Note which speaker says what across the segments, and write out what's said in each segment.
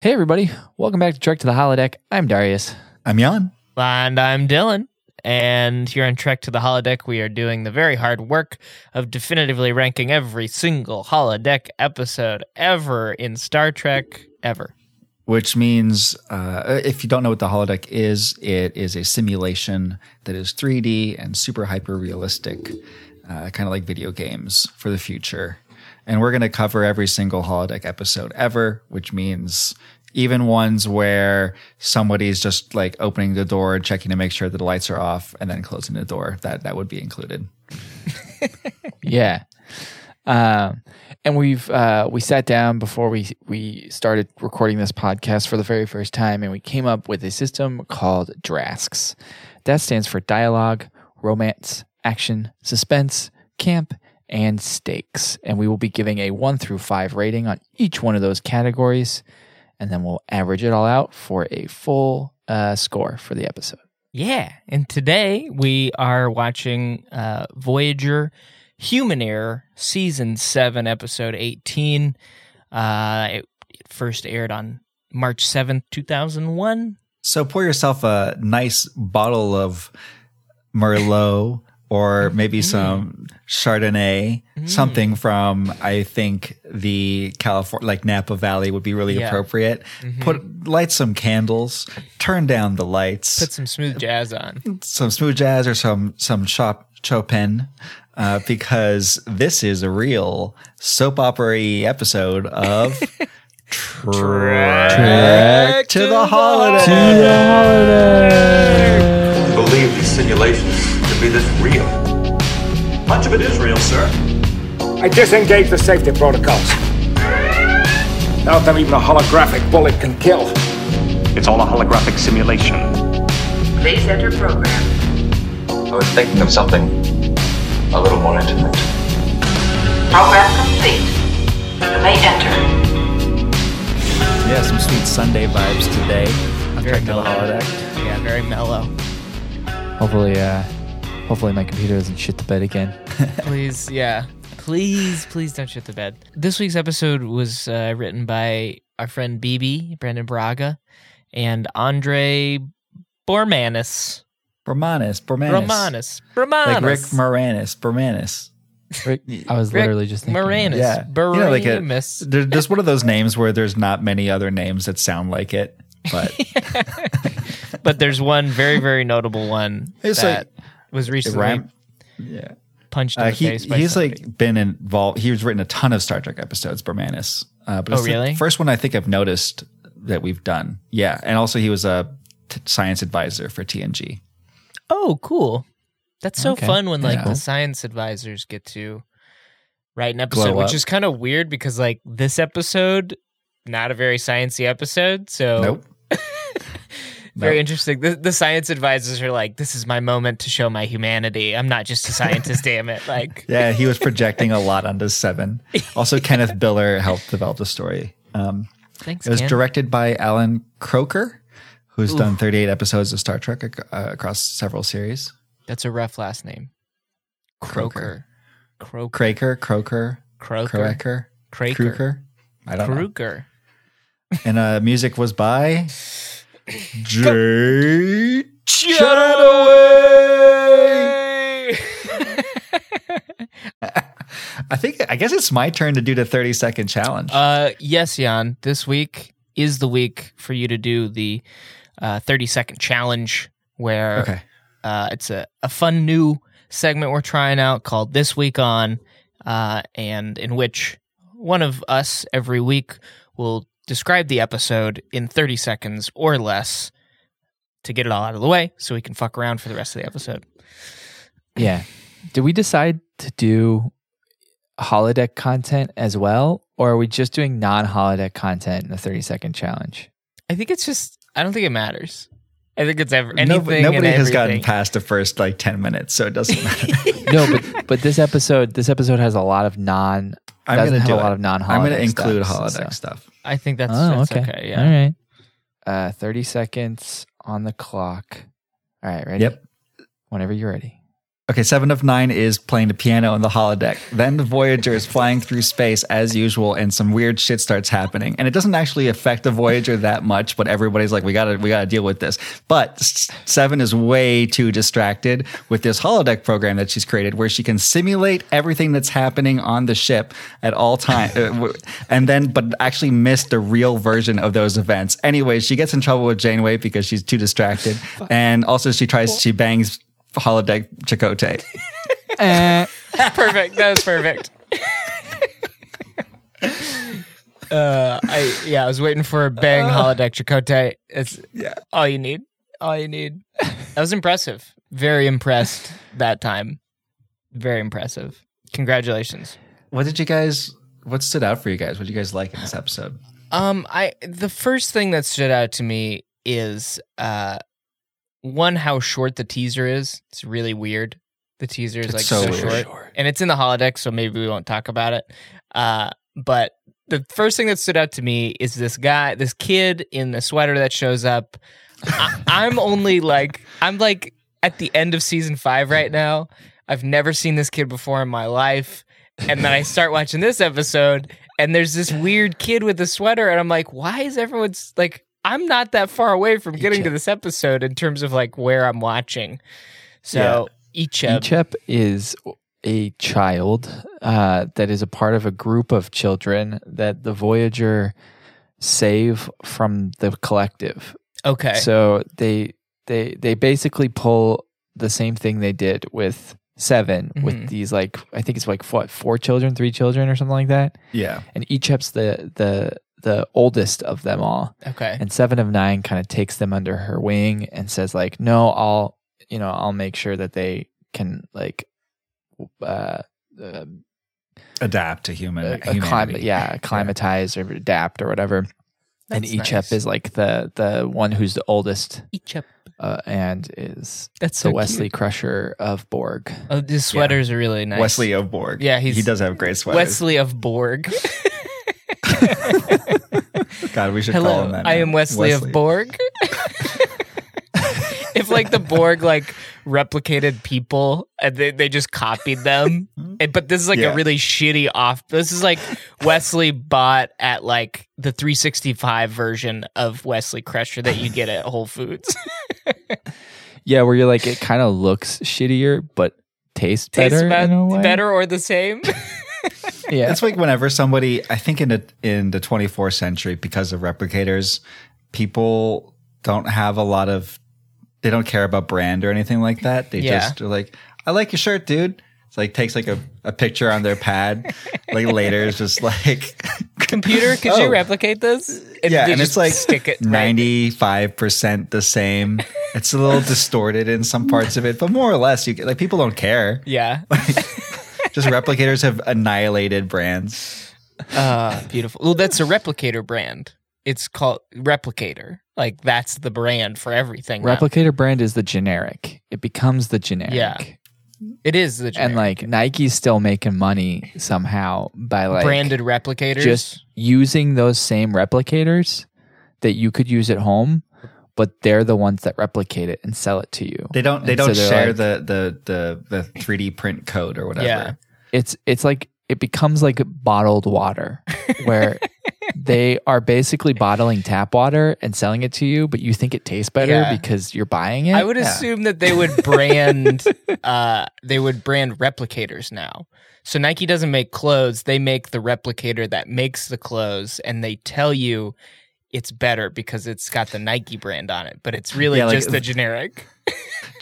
Speaker 1: Hey, everybody. Welcome back to Trek to the Holodeck. I'm Darius.
Speaker 2: I'm Jan.
Speaker 3: And I'm Dylan. And here on Trek to the Holodeck, we are doing the very hard work of definitively ranking every single holodeck episode ever in Star Trek ever.
Speaker 2: Which means, uh, if you don't know what the holodeck is, it is a simulation that is 3D and super hyper realistic, uh, kind of like video games for the future. And we're going to cover every single holodeck episode ever, which means even ones where somebody's just like opening the door and checking to make sure that the lights are off and then closing the door. That that would be included.
Speaker 1: Yeah. Um, and we've uh, we sat down before we we started recording this podcast for the very first time, and we came up with a system called DRASCS. That stands for dialogue, romance, action, suspense, camp, and stakes. And we will be giving a one through five rating on each one of those categories, and then we'll average it all out for a full uh, score for the episode.
Speaker 3: Yeah. And today we are watching uh, Voyager Human Error, Season 7, Episode 18. Uh, it, it first aired on March 7th, 2001.
Speaker 2: So pour yourself a nice bottle of Merlot or maybe some Chardonnay, something from I think the California like Napa Valley would be really
Speaker 3: Yeah.
Speaker 2: appropriate. Put light some candles, turn down the lights,
Speaker 3: Put some smooth jazz on.
Speaker 2: some smooth jazz or some some chop Chopin. Uh, because this is a real soap opera episode of Trek to the Holiday.
Speaker 4: believe these simulations to be this real. Much of it is real, sir.
Speaker 5: I disengage the safety protocols. Not that even a holographic bullet can kill.
Speaker 6: It's all a holographic simulation.
Speaker 7: Please enter program.
Speaker 8: I was thinking of something a little more intimate.
Speaker 7: Program complete. You may enter.
Speaker 2: Yeah, some sweet Sunday vibes today. on Trek to the
Speaker 3: mellow.
Speaker 2: Holodeck.
Speaker 3: Yeah, very mellow.
Speaker 1: Hopefully, uh, hopefully my computer doesn't shit the bed again.
Speaker 3: please yeah please please don't shit the bed this week's episode was uh, written by our friend bb brandon braga and andre bormanis
Speaker 2: Romanus, Bormanus.
Speaker 3: romanus romanus
Speaker 2: Like Rick Moranis, Bormanus.
Speaker 1: Rick, I was
Speaker 3: Rick
Speaker 1: literally just thinking.
Speaker 3: Moranis.
Speaker 2: Yeah.
Speaker 3: Boremus.
Speaker 2: like a- there- there's one of those names where there's not many other names that sound like it, but
Speaker 3: but there's one very very notable one
Speaker 2: It's
Speaker 3: that
Speaker 2: like-
Speaker 3: was
Speaker 2: it
Speaker 3: recently
Speaker 2: rhyme-
Speaker 3: punched in
Speaker 2: Uh,
Speaker 3: the
Speaker 2: he,
Speaker 3: face by
Speaker 2: he's
Speaker 3: somebody.
Speaker 2: like been involved. He's written a ton of Star Trek episodes, Bormanis. Uh, but
Speaker 3: Oh,
Speaker 2: it's the
Speaker 3: really?
Speaker 2: first one I think I've noticed that we've done. Yeah. And also, he was a t- science advisor for TNG.
Speaker 3: Oh, cool. That's so
Speaker 1: Okay.
Speaker 3: fun when like
Speaker 2: Yeah.
Speaker 3: the science advisors get to write an episode,
Speaker 2: Glow
Speaker 3: which
Speaker 2: up.
Speaker 3: is kind of weird because like this episode, not a very sciencey episode. So
Speaker 2: Nope.
Speaker 3: Oh. very
Speaker 2: nope.
Speaker 3: interesting. The, the science advisors are like, "This is my moment to show my humanity. I'm not just a scientist, damn it!" Like,
Speaker 2: Yeah. He was projecting a lot onto Seven. Also, Kenneth Biller helped develop the story. Um,
Speaker 3: thanks.
Speaker 2: It was
Speaker 3: Ken.
Speaker 2: directed by Alan Croker, who's done 38 episodes of Star Trek ac- uh, across several series.
Speaker 3: That's a rough last name. Croker, Croker,
Speaker 2: Craker, Croker,
Speaker 3: Croker,
Speaker 2: Croker,
Speaker 3: Craker,
Speaker 2: Croker. I don't know.
Speaker 3: Croker.
Speaker 2: And uh, music was by Jay. I think I guess it's my turn to do the 30 second challenge.
Speaker 3: Uh, yes, Jan. This week is the week for you to do the uh, 30 second challenge where
Speaker 2: okay.
Speaker 3: uh, it's a, a fun new segment we're trying out called This Week On, uh, and in which one of us every week will describe the episode in 30 seconds or less to get it all out of the way so we can fuck around for the rest of the episode.
Speaker 1: Yeah. Did we decide to do holodeck content as well, or are we just doing non-holodeck content in the thirty-second challenge?
Speaker 3: I think it's just, I don't think it matters. I think it's ever,
Speaker 2: No-
Speaker 3: anything. and
Speaker 2: nobody has gotten
Speaker 3: everything.
Speaker 2: past the first like 10 minutes, so it doesn't matter.
Speaker 1: No, but but this episode this episode has a lot of non.
Speaker 2: I'm
Speaker 1: doesn't
Speaker 2: going to
Speaker 1: have
Speaker 2: do
Speaker 1: a lot
Speaker 2: it.
Speaker 1: of non-holodeck.
Speaker 2: I'm going to include
Speaker 1: stuff, so-
Speaker 2: holodeck stuff.
Speaker 3: I think that's,
Speaker 1: Oh,
Speaker 3: that's
Speaker 1: okay.
Speaker 3: okay. Yeah.
Speaker 1: All right. Uh, thirty seconds on the clock. All right, ready?
Speaker 2: Yep.
Speaker 1: Whenever you're ready.
Speaker 2: Okay, Seven of Nine is playing the piano on the holodeck. Then the Voyager is flying through space as usual, and some weird shit starts happening. And it doesn't actually affect the Voyager that much, but everybody's like, "We gotta, we gotta deal with this." But S- Seven is way too distracted with this holodeck program that she's created, where she can simulate everything that's happening on the ship at all time, uh, w- and then but actually miss the real version of those events. Anyway, she gets in trouble with Janeway because she's too distracted, and also she tries, she bangs holodeck Chakotay.
Speaker 1: Eh.
Speaker 3: perfect. That was perfect. uh, I yeah, I was waiting for a bang holodeck Chakotay. It's Oh. yeah. all you need. All you need. That was impressive. Very impressed that time. Very impressive. Congratulations.
Speaker 2: What did you guys? What stood out for you guys? What did you guys like in this episode?
Speaker 3: Um, I the first thing that stood out to me is uh, one how short the teaser is. It's really weird. The teaser is
Speaker 2: It's
Speaker 3: like
Speaker 2: so
Speaker 3: so,
Speaker 2: weird.
Speaker 3: short, and it's in the holodeck, so maybe we won't talk about it. Uh, but the first thing that stood out to me is this guy, this kid in the sweater that shows up. I, I'm only like I'm like at the end of season five right now. I've never seen this kid before in my life. And then I start watching this episode, and there's this weird kid with a sweater, and I'm like, why is everyone's like, I'm not that far away from getting to this episode in terms of like where I'm watching. So Icheb,
Speaker 1: Ichep is a child uh, that is a part of a group of children that the Voyager save from the collective.
Speaker 3: okay,
Speaker 1: So they they they basically pull the same thing they did with 7 with
Speaker 3: Mhm.
Speaker 1: these like I think it's like what four children, three children, or something like that.
Speaker 2: Yeah,
Speaker 1: And Ichep's the the the oldest of them all.
Speaker 3: okay,
Speaker 1: And Seven of Nine kind of takes them under her wing and says, like, no, I'll, you know, I'll make sure that they can like, uh, uh,
Speaker 2: adapt to human
Speaker 1: acclim- yeah, acclimatize or adapt or whatever. and
Speaker 3: That's
Speaker 1: Ichep
Speaker 3: nice.
Speaker 1: is like the the one who's the oldest
Speaker 3: Icheb.
Speaker 1: uh, and is
Speaker 3: That's so
Speaker 1: the
Speaker 3: cute.
Speaker 1: Wesley Crusher of Borg.
Speaker 3: Oh, the sweaters are really nice.
Speaker 2: Wesley of Borg.
Speaker 3: Yeah, he's-
Speaker 2: he does have great sweaters.
Speaker 3: Wesley of Borg.
Speaker 2: God, we should call
Speaker 3: Hello,
Speaker 2: him that.
Speaker 3: I
Speaker 2: now.
Speaker 3: am Wesley, of Borg. if like the Borg like replicated people and they, they just copied them, And- but this is like
Speaker 2: Mm-hmm. Yeah.
Speaker 3: a really shitty off. This is like Wesley bought at like the 365 version of Wesley Crusher that you get at Whole Foods.
Speaker 1: Yeah, where you're like, it kind of looks shittier, but tastes
Speaker 3: Tastes
Speaker 1: better. in
Speaker 3: be-
Speaker 1: a way.
Speaker 3: better or the same?
Speaker 1: Yeah.
Speaker 2: It's like whenever somebody, I think in the in the 24th century, because of replicators, people don't have a lot of, they don't care about brand or anything like that. They
Speaker 3: Yeah.
Speaker 2: just are like, I like your shirt, dude. It's like takes like a, a picture on their pad. like later, it's just like
Speaker 3: Computer, could
Speaker 2: Oh.
Speaker 3: you replicate this?
Speaker 2: yeah,
Speaker 3: they
Speaker 2: and
Speaker 3: just
Speaker 2: it's like
Speaker 3: stick it right.
Speaker 2: ninety-five percent the same. It's a little distorted in some parts of it, but more or less, you get- like people don't care.
Speaker 3: Yeah.
Speaker 2: Just replicators have annihilated brands.
Speaker 3: Uh, beautiful. Well, that's a replicator brand. It's called Replicator. Like that's the brand for everything. now.
Speaker 1: Replicator brand is the generic. It becomes the generic.
Speaker 3: Yeah. It is the
Speaker 1: and
Speaker 3: generic.
Speaker 1: like Nike's still making money somehow by like
Speaker 3: branded replicators.
Speaker 1: just using those same replicators that you could use at home, but they're the ones that replicate it and sell it to you.
Speaker 2: They don't. They
Speaker 1: And so
Speaker 2: don't
Speaker 1: they're
Speaker 2: share
Speaker 1: like-
Speaker 2: the the the the three D print code or whatever.
Speaker 3: Yeah.
Speaker 1: It's it's like it becomes like bottled water, where they are basically bottling tap water and selling it to you, but you think it tastes better
Speaker 3: Yeah.
Speaker 1: because you're buying it.
Speaker 3: I would assume that they would brand uh they would brand replicators now. So Nike doesn't make clothes, they make the replicator that makes the clothes and they tell you it's better because it's got the Nike brand on it, but it's really
Speaker 2: Yeah, like-
Speaker 3: just the generic.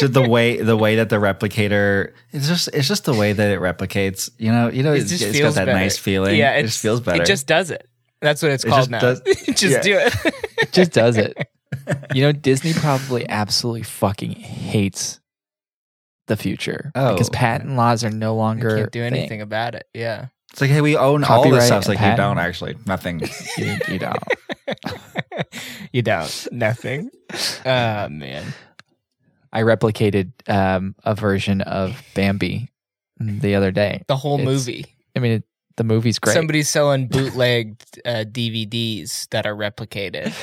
Speaker 2: Just the way the way that the replicator it's just it's just the way that it replicates. You know. You know.
Speaker 3: It
Speaker 2: it's-
Speaker 3: just
Speaker 2: it's
Speaker 3: feels
Speaker 2: got that
Speaker 3: better.
Speaker 2: nice feeling.
Speaker 3: Yeah,
Speaker 2: it
Speaker 3: it's-
Speaker 2: just feels better.
Speaker 3: It just does it. That's what it's
Speaker 2: It
Speaker 3: called
Speaker 2: just
Speaker 3: now.
Speaker 2: does-
Speaker 3: just
Speaker 2: yeah.
Speaker 3: do it.
Speaker 1: It just does it. You know, Disney probably absolutely fucking hates the future
Speaker 2: Oh.
Speaker 1: because patent laws are no
Speaker 3: You
Speaker 1: longer
Speaker 3: can't do
Speaker 1: a thing.
Speaker 3: anything about it. Yeah.
Speaker 2: it's like hey, we own all
Speaker 1: Copyright
Speaker 2: this stuff. It's
Speaker 1: and
Speaker 2: like we
Speaker 1: patent.
Speaker 2: don't actually nothing.
Speaker 1: You, you don't.
Speaker 3: you don't. Nothing. Oh man.
Speaker 1: I replicated um, a version of Bambi the other day.
Speaker 3: The whole
Speaker 1: It's
Speaker 3: movie.
Speaker 1: I mean, it, the movie's great.
Speaker 3: Somebody's selling bootlegged uh, DVDs that are replicated.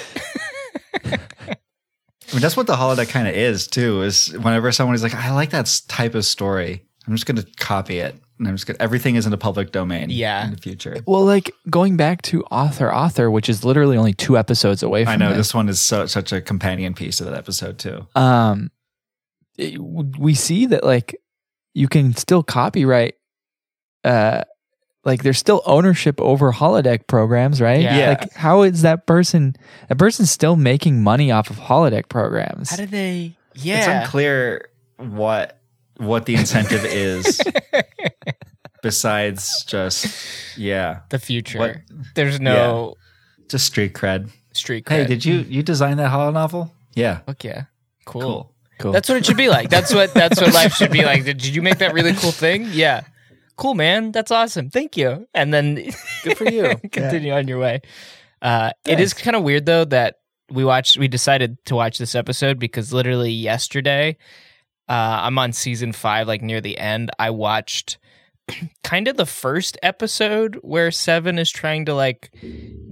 Speaker 2: I mean, that's what the holodeck kind of is too. Is whenever someone's like, "I like that s- type of story," I'm just going to copy it, and I'm just going to everything is in the public domain.
Speaker 3: Yeah.
Speaker 2: in the future.
Speaker 1: Well, like going back to author author, which is literally only two episodes away from
Speaker 2: I know
Speaker 1: this.
Speaker 2: this one is so, such a companion piece to that episode too.
Speaker 1: um it- we see that like you can still copyright uh like there's still ownership over holodeck programs right
Speaker 3: Yeah. Yeah.
Speaker 1: like how is that person that person's still making money off of holodeck programs
Speaker 3: How did they?
Speaker 2: It's
Speaker 3: Yeah.
Speaker 2: unclear what what the incentive is besides just yeah,
Speaker 3: the future.
Speaker 2: What-
Speaker 3: There's no
Speaker 2: just street cred.
Speaker 3: street cred.
Speaker 2: Hey, did you you design that holo novel? Yeah,
Speaker 3: Fuck yeah. Cool.
Speaker 2: cool.
Speaker 1: cool
Speaker 3: That's what it should be like. That's what that's what life should be like. Did, did you make that really cool thing? Yeah. Cool man. That's awesome. Thank you. And then
Speaker 1: good for you
Speaker 3: continue on your way. Uh, it is kind of weird though that we watched. We decided to watch this episode because literally yesterday, uh, I'm on season five, like near the end. I watched kind of the first episode where Seven is trying to like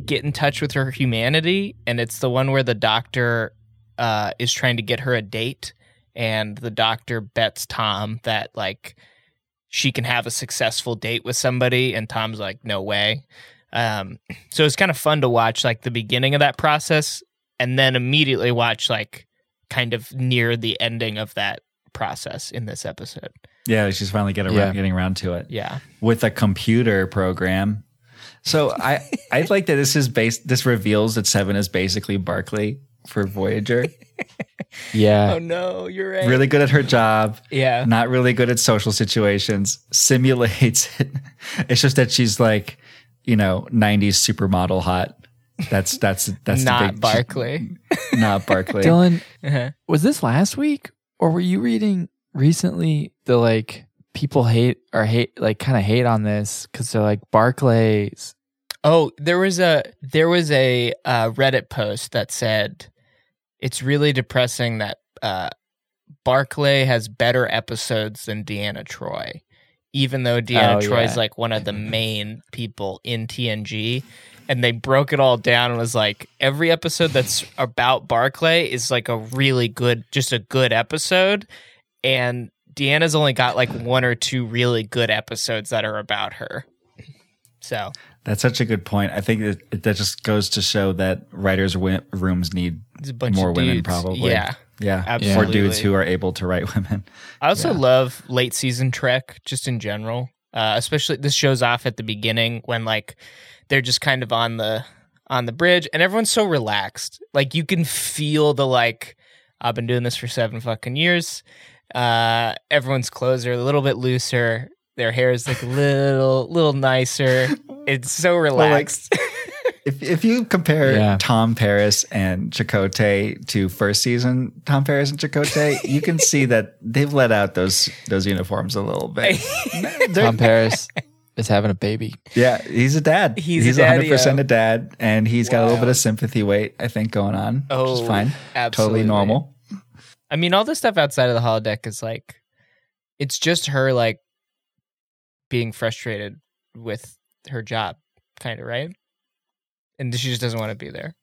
Speaker 3: get in touch with her humanity, and it's the one where the doctor uh, is trying to get her a date, and the doctor bets Tom that like she can have a successful date with somebody, and Tom's like, no way. Um, so it's kind of fun to watch like the beginning of that process and then immediately watch like kind of near the ending of that process in this episode.
Speaker 2: Yeah, she's finally get around,
Speaker 1: Yeah.
Speaker 2: getting around to it.
Speaker 3: Yeah.
Speaker 2: with a computer program. So I I like that this is based. This reveals that Seven is basically Barclay for Voyager.
Speaker 1: yeah
Speaker 3: Oh, no, you're right.
Speaker 2: Really good at her job,
Speaker 3: Yeah.
Speaker 2: not really good at social situations. Simulates it. It's just that she's like, you know, '90s supermodel hot. That's that's that's the
Speaker 3: Not
Speaker 2: big,
Speaker 3: Barclay.
Speaker 2: Not Barclay.
Speaker 1: dylan
Speaker 3: Uh-huh.
Speaker 1: was this last week or were you reading recently the like people hate or hate like kind of hate on this because they're like barclays
Speaker 3: Oh, there was a there was a uh, Reddit post that said it's really depressing that uh, Barclay has better episodes than Deanna Troy, even though Deanna
Speaker 1: Oh,
Speaker 3: Troy's
Speaker 1: yeah.
Speaker 3: like one of the main people in TNG. And they broke it all down and was like every episode that's about Barclay is like a really good, just a good episode, and Deanna's only got like one or two really good episodes that are about her. So
Speaker 2: That's such a good point. I think that, that just goes to show that writers' wi- rooms need
Speaker 3: There's a bunch
Speaker 2: more
Speaker 3: of
Speaker 2: women,
Speaker 3: dudes.
Speaker 2: probably.
Speaker 3: Yeah.
Speaker 2: yeah,
Speaker 3: Absolutely.
Speaker 2: Or dudes who are able to write women.
Speaker 3: I also love late season Trek just in general. Uh, especially this shows off at the beginning when like they're just kind of on the on the bridge and everyone's so relaxed. Like you can feel the like I've been doing this for seven fucking years. Uh, everyone's clothes are a little bit looser. Their hair is like a little little nicer. It's so relaxed.
Speaker 2: If, if you compare
Speaker 1: Yeah.
Speaker 2: Tom Paris and Chakotay to first season Tom Paris and Chakotay, you can see that they've let out those those uniforms a little bit.
Speaker 1: tom paris is having a baby
Speaker 2: Yeah, he's a dad.
Speaker 3: He's a
Speaker 2: a
Speaker 3: daddy-o.
Speaker 2: 100% a dad, and he's got a little
Speaker 3: Wow.
Speaker 2: bit of sympathy weight, I think, going on, which
Speaker 3: Oh,
Speaker 2: is fine.
Speaker 3: absolutely.
Speaker 2: Totally normal.
Speaker 3: I mean, all the stuff outside of the holodeck is like, it's just her like being frustrated with her job, kind of right, and she just doesn't want to be there.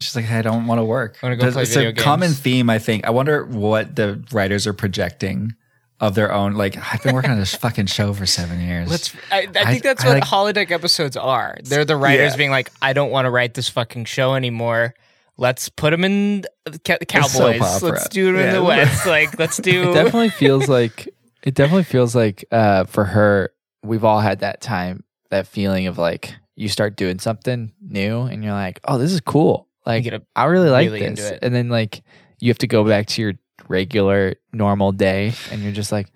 Speaker 2: She's like, I don't want to work.
Speaker 3: I wanna go play
Speaker 2: it's
Speaker 3: video
Speaker 2: a
Speaker 3: games.
Speaker 2: common theme, I think. I wonder what the writers are projecting of their own. Like, I've been working on this fucking show for seven years.
Speaker 3: Let's. I, I
Speaker 2: I-
Speaker 3: think that's
Speaker 2: I
Speaker 3: what
Speaker 2: like-
Speaker 3: holodeck episodes are. They're the writers
Speaker 2: Yeah.
Speaker 3: being like, I don't want to write this fucking show anymore. Let's put them in the ca- Cowboys.
Speaker 2: opera.
Speaker 3: Let's do it in
Speaker 2: Yeah.
Speaker 3: the West. like, let's
Speaker 1: it
Speaker 3: do.
Speaker 1: definitely feels like it definitely feels like uh for her we've all had that time that feeling of like you start doing something new and you're like oh this is cool like
Speaker 3: get a-
Speaker 1: i really like
Speaker 3: really into
Speaker 1: this
Speaker 3: it.
Speaker 1: and then like you have to go back to your regular normal day and you're just like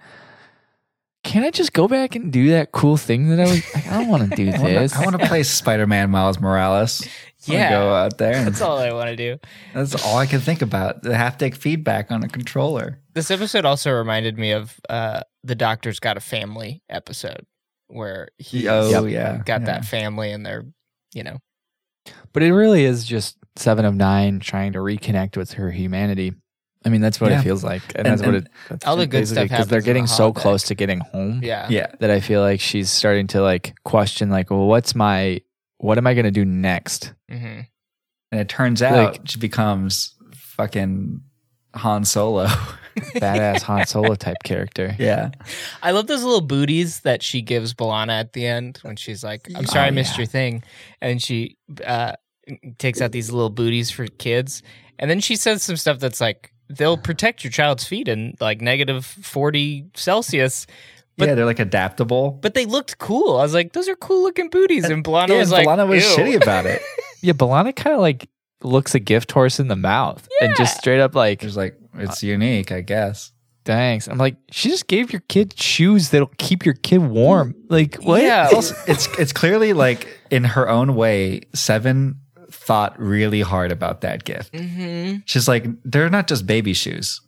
Speaker 1: can i just go back and do that cool thing that i was like, i don't want to do
Speaker 2: I wanna-
Speaker 1: this
Speaker 2: I want to play Spider Man Miles Morales. I wanna
Speaker 3: Yeah.
Speaker 2: Go out there. and-
Speaker 3: That's all I want to do.
Speaker 2: that's all I can think about. The haptic feedback on a controller.
Speaker 3: this episode also reminded me of uh the doctor's got a family episode where he
Speaker 2: Oh, yeah.
Speaker 3: got
Speaker 2: yeah.
Speaker 3: that family and they're you know
Speaker 1: but it really is just seven of nine trying to reconnect with her humanity i mean that's what
Speaker 2: Yeah.
Speaker 1: it feels like and,
Speaker 2: And-
Speaker 1: that's what
Speaker 2: and-
Speaker 1: it that's
Speaker 3: All the good
Speaker 1: basically-
Speaker 3: stuff
Speaker 1: they're
Speaker 3: happens in
Speaker 1: getting
Speaker 3: the
Speaker 1: so
Speaker 3: holodeck.
Speaker 1: close to getting home
Speaker 3: yeah
Speaker 2: Yeah.
Speaker 1: that i feel like she's starting to like question like well what's my what am i going to do next
Speaker 3: hmm
Speaker 2: And it turns out
Speaker 1: Like-
Speaker 2: she becomes fucking Han Solo.
Speaker 1: Badass Han Solo type character.
Speaker 2: yeah.
Speaker 3: I love those little booties that she gives Balana at the end when she's like, "I'm sorry,
Speaker 2: Oh,
Speaker 3: I missed your thing," and she uh, takes out these little booties for kids, and then she says some stuff that's like, "They'll protect your child's feet in like negative forty Celsius." But-
Speaker 2: yeah, they're like adaptable.
Speaker 3: But they looked cool. I was like, "Those are cool looking booties," and Balana
Speaker 2: yeah,
Speaker 3: was
Speaker 2: and
Speaker 3: like,
Speaker 2: Valana was
Speaker 3: "Ew."
Speaker 2: shitty about it.
Speaker 1: Yeah, Balana kind of like looks a gift horse in the mouth and just straight up like,
Speaker 2: It was like, it's unique, I guess.
Speaker 1: thanks. I'm like, she just gave your kid shoes that'll keep your kid warm. Like, what?
Speaker 3: Yeah.
Speaker 2: Also, it's it's clearly like in her own way, Seven thought really hard about that gift.
Speaker 3: Mm-hmm.
Speaker 2: She's like, they're not just baby shoes.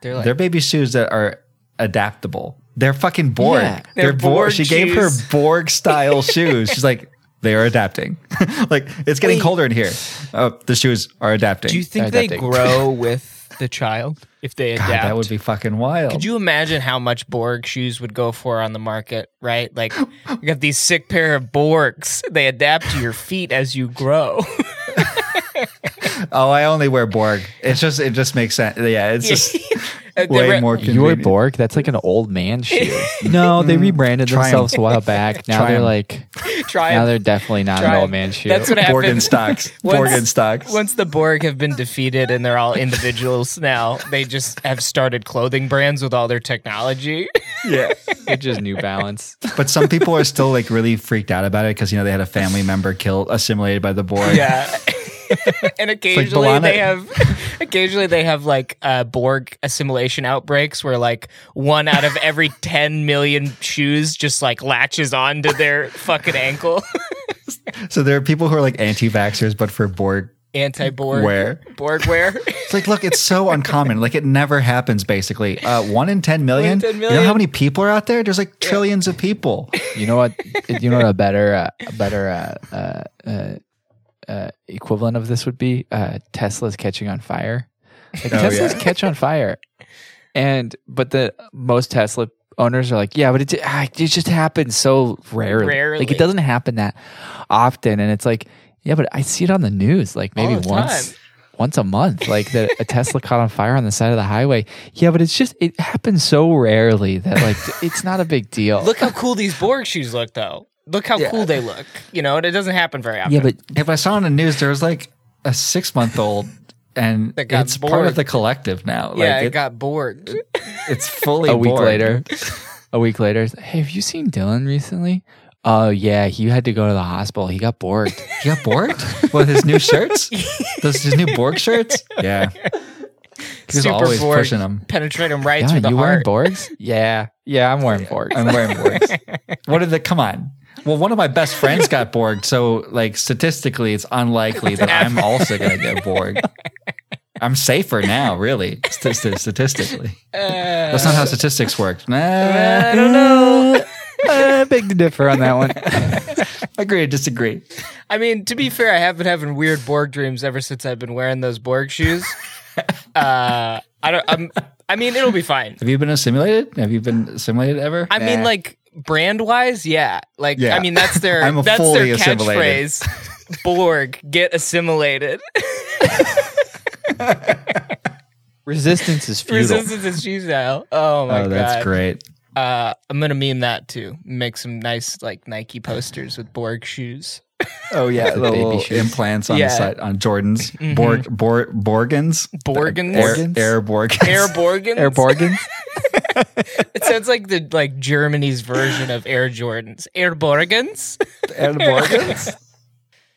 Speaker 3: They're like,
Speaker 2: they're baby shoes that are adaptable. They're fucking Borg.
Speaker 1: Yeah.
Speaker 2: they're,
Speaker 3: They're
Speaker 2: Borg.
Speaker 3: Borg
Speaker 2: She gave her
Speaker 3: shoes.
Speaker 2: Borg style shoes. She's like, they are adapting. like it's getting colder in here. Oh, the shoes are adapting.
Speaker 3: "Do you think
Speaker 1: that
Speaker 3: they
Speaker 1: thing.
Speaker 3: grow with the child if they
Speaker 2: God,
Speaker 3: adapt?"
Speaker 2: Ah, that would be fucking wild.
Speaker 3: Could you imagine how much Borg shoes would go for on the market, right? Like, you got these sick pair of Borgs. They adapt to your feet as you grow.
Speaker 2: oh, I only wear Borg. It's just it just makes sense. Yeah, it's just
Speaker 3: And they
Speaker 2: way
Speaker 3: were-
Speaker 2: more
Speaker 1: Your
Speaker 2: convenient.
Speaker 1: Borg, that's like an old man shoe. Mm. no, they rebranded
Speaker 2: Try 'em.
Speaker 1: themselves a while back. Now
Speaker 2: Try
Speaker 1: they're
Speaker 2: 'em.
Speaker 1: like,
Speaker 3: Try
Speaker 1: now
Speaker 3: it.
Speaker 1: they're definitely not an
Speaker 3: Try 'em.
Speaker 1: old man shoe.
Speaker 3: That's what
Speaker 2: Borg
Speaker 3: happened.
Speaker 2: in stocks.
Speaker 3: Once-
Speaker 2: Borg in stocks.
Speaker 3: Once the Borg have been defeated and they're all individuals now, they just have started clothing brands with all their technology.
Speaker 2: yeah.
Speaker 1: They're just New Balance.
Speaker 2: But some people are still like really freaked out about it because you know they had a family member killed assimilated by the Borg.
Speaker 3: Yeah. and occasionally
Speaker 2: Balana-
Speaker 3: they have occasionally they have like uh, Borg assimilation outbreaks where like one out of every 10 million shoes just like latches on to their fucking ankle.
Speaker 2: So there are people who are like anti-vaxxers, but for Borg
Speaker 3: Anti-Borg
Speaker 2: Wear.
Speaker 3: Borg wear.
Speaker 2: It's like, look, it's so uncommon. Like it never happens. Basically, uh, one in ten million.
Speaker 3: 10
Speaker 2: You know how
Speaker 3: million.
Speaker 2: many people are out there? There's like trillions of people.
Speaker 1: You know what? You know what a better, uh, a better uh, uh, uh, uh, equivalent of this would be uh, Tesla's catching on fire. Like
Speaker 2: Oh,
Speaker 1: Tesla's
Speaker 2: yeah.
Speaker 1: catch on fire, and but the most Tesla owners are like, yeah, but it ah, it just happens so rarely. Like
Speaker 3: Rarely.
Speaker 1: it doesn't happen that often, and it's like, yeah, but I see it on the news, like maybe
Speaker 3: All the
Speaker 1: once.
Speaker 3: time.
Speaker 1: Once a month, like that, a Tesla caught on fire on the side of the highway. Yeah, but it's just it happens so rarely that like it's not a big deal.
Speaker 3: look how cool these Borg shoes look though. Look how cool they look. You know, and it doesn't happen very often.
Speaker 1: yeah, but
Speaker 2: If I saw on the news, there was like a six-month-old, and
Speaker 3: That got
Speaker 2: it's part of
Speaker 3: Borg.
Speaker 2: the collective now. Like
Speaker 3: yeah, it,
Speaker 2: it-
Speaker 3: got bored.
Speaker 2: it's fully
Speaker 1: a week
Speaker 2: Borg.
Speaker 1: later. A week later, it's, hey, have you seen Dylan recently? Oh yeah, he had to go to the hospital. He got bored.
Speaker 2: He got Borg with his new shirts. Those his new Borg shirts. Yeah, he's
Speaker 3: Super
Speaker 2: always
Speaker 3: Borg.
Speaker 2: pushing them.
Speaker 3: Penetrate them right
Speaker 1: yeah,
Speaker 3: through
Speaker 1: you
Speaker 3: the
Speaker 1: wearing
Speaker 3: heart.
Speaker 1: Borgs? Yeah, yeah, I'm wearing Borgs.
Speaker 2: I'm wearing Borgs. What did the come on? Well, one of my best friends got Borg, so like statistically, it's unlikely that I'm also going to get Borg. I'm safer now, really, st- st- statistically. That's not how statistics work. Nah,
Speaker 3: Uh, I don't know.
Speaker 1: Uh, big to differ on that one.
Speaker 2: agree, disagree.
Speaker 3: I mean, to be fair, I have been having weird Borg dreams ever since I've been wearing those Borg shoes. uh, I don't. I'm, I mean, it'll be fine.
Speaker 2: Have you been assimilated? Have you been assimilated ever?
Speaker 3: I mean, like brand wise, yeah. Like,
Speaker 2: Yeah.
Speaker 3: I mean, that's their
Speaker 2: I'm a
Speaker 3: that's
Speaker 2: fully
Speaker 3: their
Speaker 2: assimilated.
Speaker 3: catchphrase. Borg, get assimilated.
Speaker 1: Resistance is futile.
Speaker 3: Resistance is futile. Oh my
Speaker 2: oh,
Speaker 3: god,
Speaker 2: that's great.
Speaker 3: Uh, I'm gonna meme that too. Make some nice like Nike posters with Borg shoes.
Speaker 2: Oh yeah, the,
Speaker 1: the baby
Speaker 2: little
Speaker 1: shoes.
Speaker 2: implants on
Speaker 3: Yeah. Mm-hmm.
Speaker 2: the side on Jordan's Borg, Borg Borgans,
Speaker 3: Borgans,
Speaker 2: Air,
Speaker 1: Borgans?
Speaker 2: Air Borgans,
Speaker 3: Air Borgans,
Speaker 1: Air Borgans?
Speaker 3: It sounds like the like Germany's version of Air Jordans. Air Borgans.
Speaker 2: and Morgans.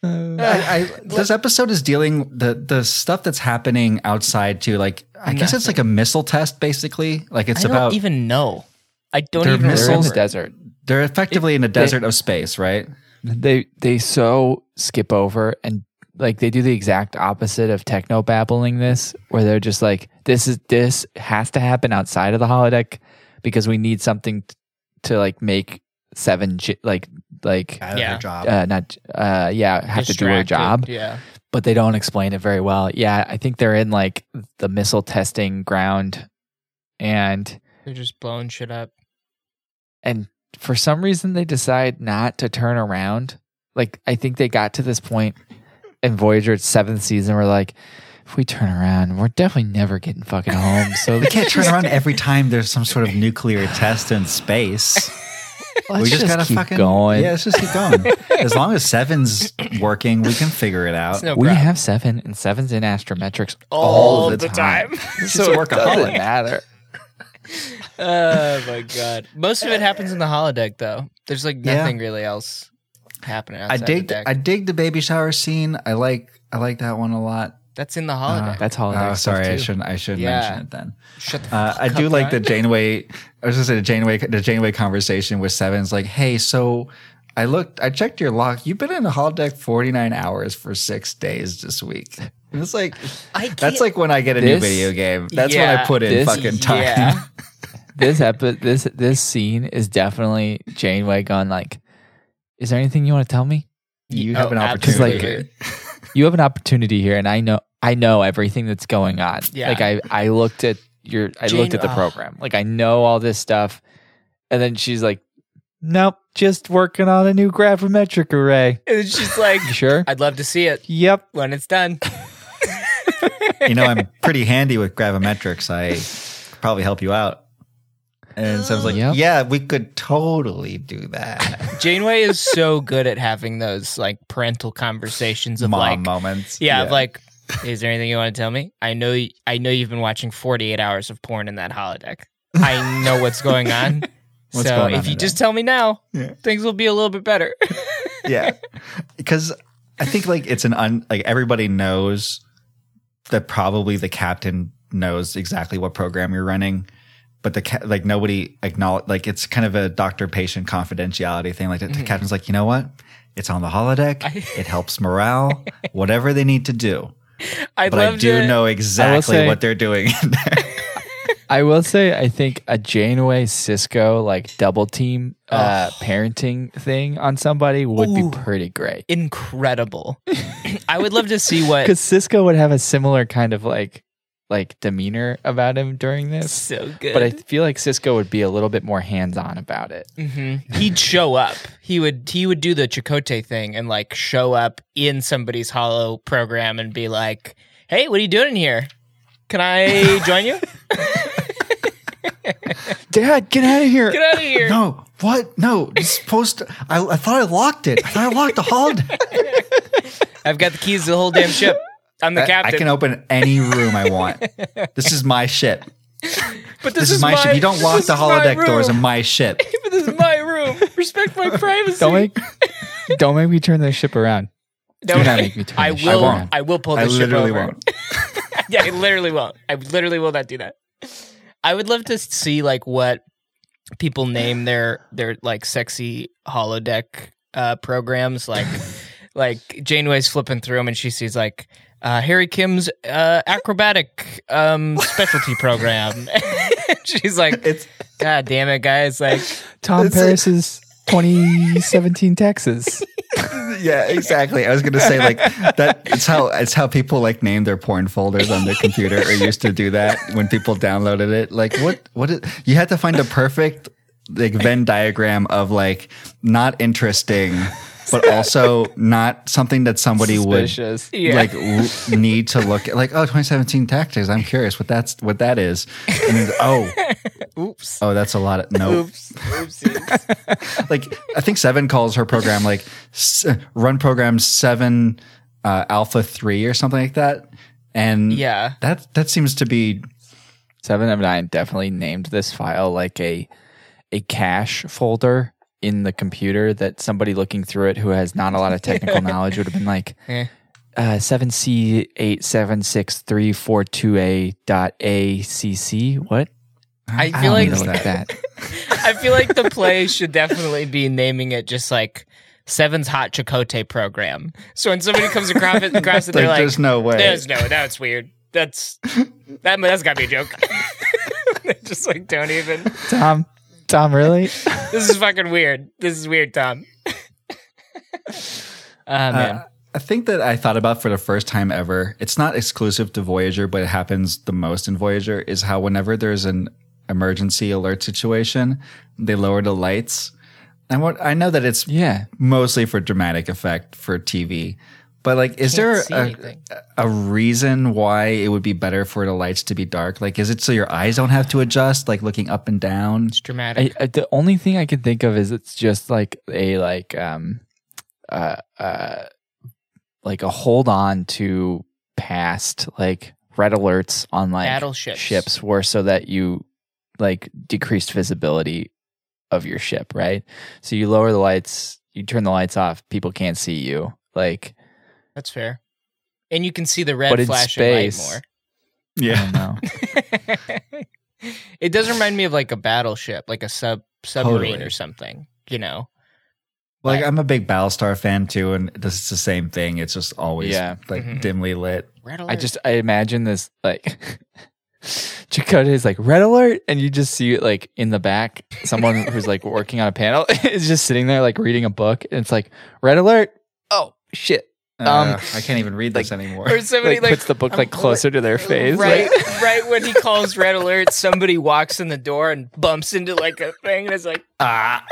Speaker 2: Uh, I, I, this episode is dealing the the stuff that's happening outside too. Like I guess it's like a missile test, basically. Like it's
Speaker 3: I
Speaker 2: about
Speaker 3: don't even know. I don't
Speaker 2: They're
Speaker 3: even
Speaker 1: They're in
Speaker 2: missiles
Speaker 1: the
Speaker 3: remember.
Speaker 1: desert.
Speaker 2: they're effectively in a desert of space, right?
Speaker 1: They they so skip over and like they do the exact opposite of techno babbling this, where they're just like, this is this has to happen outside of the holodeck because we need something t- to like make seven j- like like
Speaker 3: Yeah.
Speaker 2: job.
Speaker 1: uh, not uh, yeah, have to do her
Speaker 3: Distracted,
Speaker 1: job,
Speaker 3: Yeah.
Speaker 1: but they don't explain it very well. Yeah, I think they're in like the missile testing ground, and
Speaker 3: They're just blowing shit up.
Speaker 1: and for some reason they decide not to turn around. Like I think they got to this point in Voyager's seventh season where like, if we turn around, we're definitely never getting fucking home. So
Speaker 2: We can't turn around every time there's some sort of nuclear test in space.
Speaker 1: let's
Speaker 2: we just, gotta
Speaker 1: keep
Speaker 2: fucking
Speaker 1: going.
Speaker 2: Yeah, let's just keep going. as long as seven's working, we can figure it out.
Speaker 3: No
Speaker 1: we
Speaker 3: problem.
Speaker 1: have seven, and seven's in astrometrics all,
Speaker 3: all,
Speaker 1: the, time.
Speaker 2: so
Speaker 1: it doesn't
Speaker 2: workaholic.
Speaker 1: matter.
Speaker 3: oh my god! Most of it happens in the holodeck, though. There's like
Speaker 2: Yeah.
Speaker 3: nothing really else happening.
Speaker 2: I
Speaker 3: Outside
Speaker 2: dig.
Speaker 3: The deck.
Speaker 2: I dig the baby shower scene. I like. I like that one a lot.
Speaker 3: That's in the
Speaker 1: Uh,
Speaker 3: holodeck.
Speaker 1: That's holiday.
Speaker 2: Oh,
Speaker 1: stuff,
Speaker 2: sorry, I
Speaker 1: too.
Speaker 2: shouldn't. I should
Speaker 3: Yeah.
Speaker 2: mention it then.
Speaker 3: Shut the
Speaker 2: Uh,
Speaker 3: fuck
Speaker 2: I do
Speaker 3: up,
Speaker 2: like the
Speaker 3: Ryan.
Speaker 2: Janeway. I was just say the Janeway. The Janeway conversation with Seven's like, "Hey, so I looked. I checked your log. You've been in the holodeck forty nine hours for six days this week." And it's like
Speaker 3: I can't-
Speaker 2: that's like when I get a new
Speaker 1: This-
Speaker 2: video game. That's when I
Speaker 3: Yeah.
Speaker 2: put in
Speaker 1: This-
Speaker 2: fucking time.
Speaker 3: Yeah.
Speaker 1: This epi- this this scene is definitely Janeway gone. Like, is there anything you want to tell me?
Speaker 2: You have
Speaker 3: Oh,
Speaker 2: an
Speaker 1: It's
Speaker 2: opportunity.
Speaker 1: like
Speaker 3: Absolutely.
Speaker 1: you have an opportunity here, and I know I know everything that's going on.
Speaker 3: Yeah.
Speaker 1: Like I I looked at your I
Speaker 3: Jane-
Speaker 1: looked at the
Speaker 3: ugh.
Speaker 1: program. Like I know all this stuff, and then she's like, "Nope, just working on a new gravimetric array."
Speaker 3: It's just like
Speaker 1: You sure?
Speaker 3: I'd love to see it
Speaker 1: yep.
Speaker 3: when it's done.
Speaker 2: you know, I'm pretty handy with gravimetrics. I could probably help you out. And so I was like,
Speaker 1: Yep.
Speaker 2: yeah, we could totally do that.
Speaker 3: Janeway is so good at having those like parental conversations of
Speaker 2: Mom
Speaker 3: like,
Speaker 2: moments.
Speaker 3: yeah, of like, is there anything you want to tell me? I know, y- I know you've been watching 48 hours of porn in that holodeck. I know what's going on.
Speaker 2: What's
Speaker 3: so
Speaker 2: going on
Speaker 3: if you
Speaker 2: in
Speaker 3: just tell me now,
Speaker 2: Yeah.
Speaker 3: things will be a little bit better.
Speaker 2: yeah. Because I think like it's an un like everybody knows that probably the captain knows exactly what program you're running, but the ca- like nobody acknowledge like it's kind of a doctor patient confidentiality thing. Like
Speaker 3: Mm-hmm.
Speaker 2: the, the captain's like, you know what? It's on the holodeck. it helps morale. Whatever they need to do.
Speaker 3: I'd
Speaker 2: But
Speaker 3: love
Speaker 2: I do
Speaker 3: to
Speaker 2: know exactly
Speaker 1: say-
Speaker 2: what they're doing in there.
Speaker 1: I will say I think a Janeway Cisco like double team uh, parenting thing on somebody would
Speaker 3: Ooh.
Speaker 1: be pretty great.
Speaker 3: Incredible. I would love to see what.
Speaker 1: Because Cisco would have a similar kind of like like demeanor about him during this.
Speaker 3: So good.
Speaker 1: But I feel like Cisco would be a little bit more hands on about it.
Speaker 3: hmm He'd show up. He would he would do the Chicote thing and like show up in somebody's hollow program and be like, "Hey, what are you doing in here? Can I join you?
Speaker 1: Dad, get out of here.
Speaker 3: Get out of here!"
Speaker 2: No, what? No, it's supposed to. I, I thought I locked it. I thought I locked the holodeck.
Speaker 3: I've got the keys to the whole damn ship. I'm the
Speaker 2: I
Speaker 3: captain.
Speaker 2: can open any room I want. This is my ship.
Speaker 3: but
Speaker 2: This, is, my, ship. You don't lock
Speaker 3: this
Speaker 2: the
Speaker 3: is my
Speaker 2: holodeck
Speaker 3: room.
Speaker 2: doors in my ship.
Speaker 3: But this is my room. Respect my privacy.
Speaker 1: Don't make don't make me turn this ship around.
Speaker 3: Don't-
Speaker 1: do not make me turn
Speaker 3: I
Speaker 1: this ship
Speaker 3: will. I,
Speaker 1: around.
Speaker 3: will pull
Speaker 2: I
Speaker 3: this ship
Speaker 2: literally
Speaker 3: over.
Speaker 2: won't.
Speaker 3: yeah, I literally won't. I literally will not do that. I would love to see like what people name their their like sexy holodeck uh, programs. Like like Janeway's flipping through them and she sees like uh, Harry Kim's uh, acrobatic um, specialty program. She's like,
Speaker 2: It's-
Speaker 3: God damn it, guys! Like
Speaker 1: Tom
Speaker 2: It's a-
Speaker 1: Paris's 2017 Texas.
Speaker 2: Yeah, exactly. I was gonna say like that. It's how it's how people like name their porn folders on their computer or used to do that when people downloaded it. Like what what is, you had to find a perfect like Venn diagram of like not interesting, but also not something that somebody would
Speaker 1: Suspicious.
Speaker 3: Yeah.
Speaker 2: like w- need to look at like oh 2017 tactics i'm curious what that's what that is and then, oh
Speaker 3: oops,
Speaker 2: oh that's a lot of no
Speaker 3: oops, oopsies.
Speaker 2: like i think seven calls her program like s- run program seven uh, alpha three or something like that and
Speaker 3: Yeah.
Speaker 2: that that seems to be
Speaker 1: Seven of Nine definitely named this file like a a cache folder in the computer that somebody looking through it who has not a lot of technical knowledge would have been like uh,
Speaker 3: Eh.
Speaker 1: seven C eight seven six three four two A dot A C C. What? I
Speaker 3: I feel
Speaker 1: don't
Speaker 3: like
Speaker 1: even know what that.
Speaker 3: I feel like the play should definitely be naming it just like Seven's Hot Chicote Program. So when somebody comes across it, across it they're
Speaker 2: like,
Speaker 3: like,
Speaker 2: there's no way
Speaker 3: "There's no, that's weird. That's that, that's got to be a joke." They just like don't even.
Speaker 1: Tom, Tom, really?
Speaker 3: This is fucking weird. This is weird, Tom. uh, man.
Speaker 2: I think that I thought about for the first time ever. It's not exclusive to Voyager, but it happens the most in Voyager. Is how whenever there's an emergency alert situation, they lower the lights. And what I know that it's
Speaker 1: Yeah.
Speaker 2: mostly for dramatic effect for TV, But like, is
Speaker 3: Can't
Speaker 2: there
Speaker 3: see
Speaker 2: a,
Speaker 3: anything.
Speaker 2: a reason why it would be better for the lights to be dark? Like, is it so your eyes don't have to adjust, like looking up and down?
Speaker 3: It's dramatic.
Speaker 1: I, I, the only thing I can think of is it's just like a like um uh uh like a hold on to past like red alerts on like
Speaker 3: Battleships.
Speaker 1: ships were so that you like decreased visibility of your ship, right? So you lower the lights, you turn the lights off, people can't see you. Like
Speaker 3: That's fair. And you can see the red
Speaker 1: But in
Speaker 3: flashing light
Speaker 1: space-
Speaker 3: more.
Speaker 1: I
Speaker 2: Um,
Speaker 1: don't know.
Speaker 3: it does remind me of like a battleship, like a sub submarine
Speaker 2: Totally.
Speaker 3: or something. You know,
Speaker 2: Like,
Speaker 3: Right.
Speaker 2: I'm a big Battlestar fan too, and this is the same thing. It's just always
Speaker 1: Yeah.
Speaker 2: like
Speaker 3: Mhm.
Speaker 2: dimly lit.
Speaker 3: red
Speaker 1: I
Speaker 3: alert.
Speaker 1: just I imagine this like Chakota is like red alert, and you just see it like in the back. Someone who's like working on a panel is just sitting there like reading a book, and it's like red alert. Oh shit!
Speaker 2: Uh,
Speaker 1: Um,
Speaker 2: I can't even read this anymore.
Speaker 3: or somebody
Speaker 1: like,
Speaker 3: like,
Speaker 1: puts the book like
Speaker 3: I'm-
Speaker 1: closer to their face.
Speaker 3: Right,
Speaker 1: like-
Speaker 3: right when he calls red alert, somebody walks in the door and bumps into like a thing, and it's like,
Speaker 2: Ah,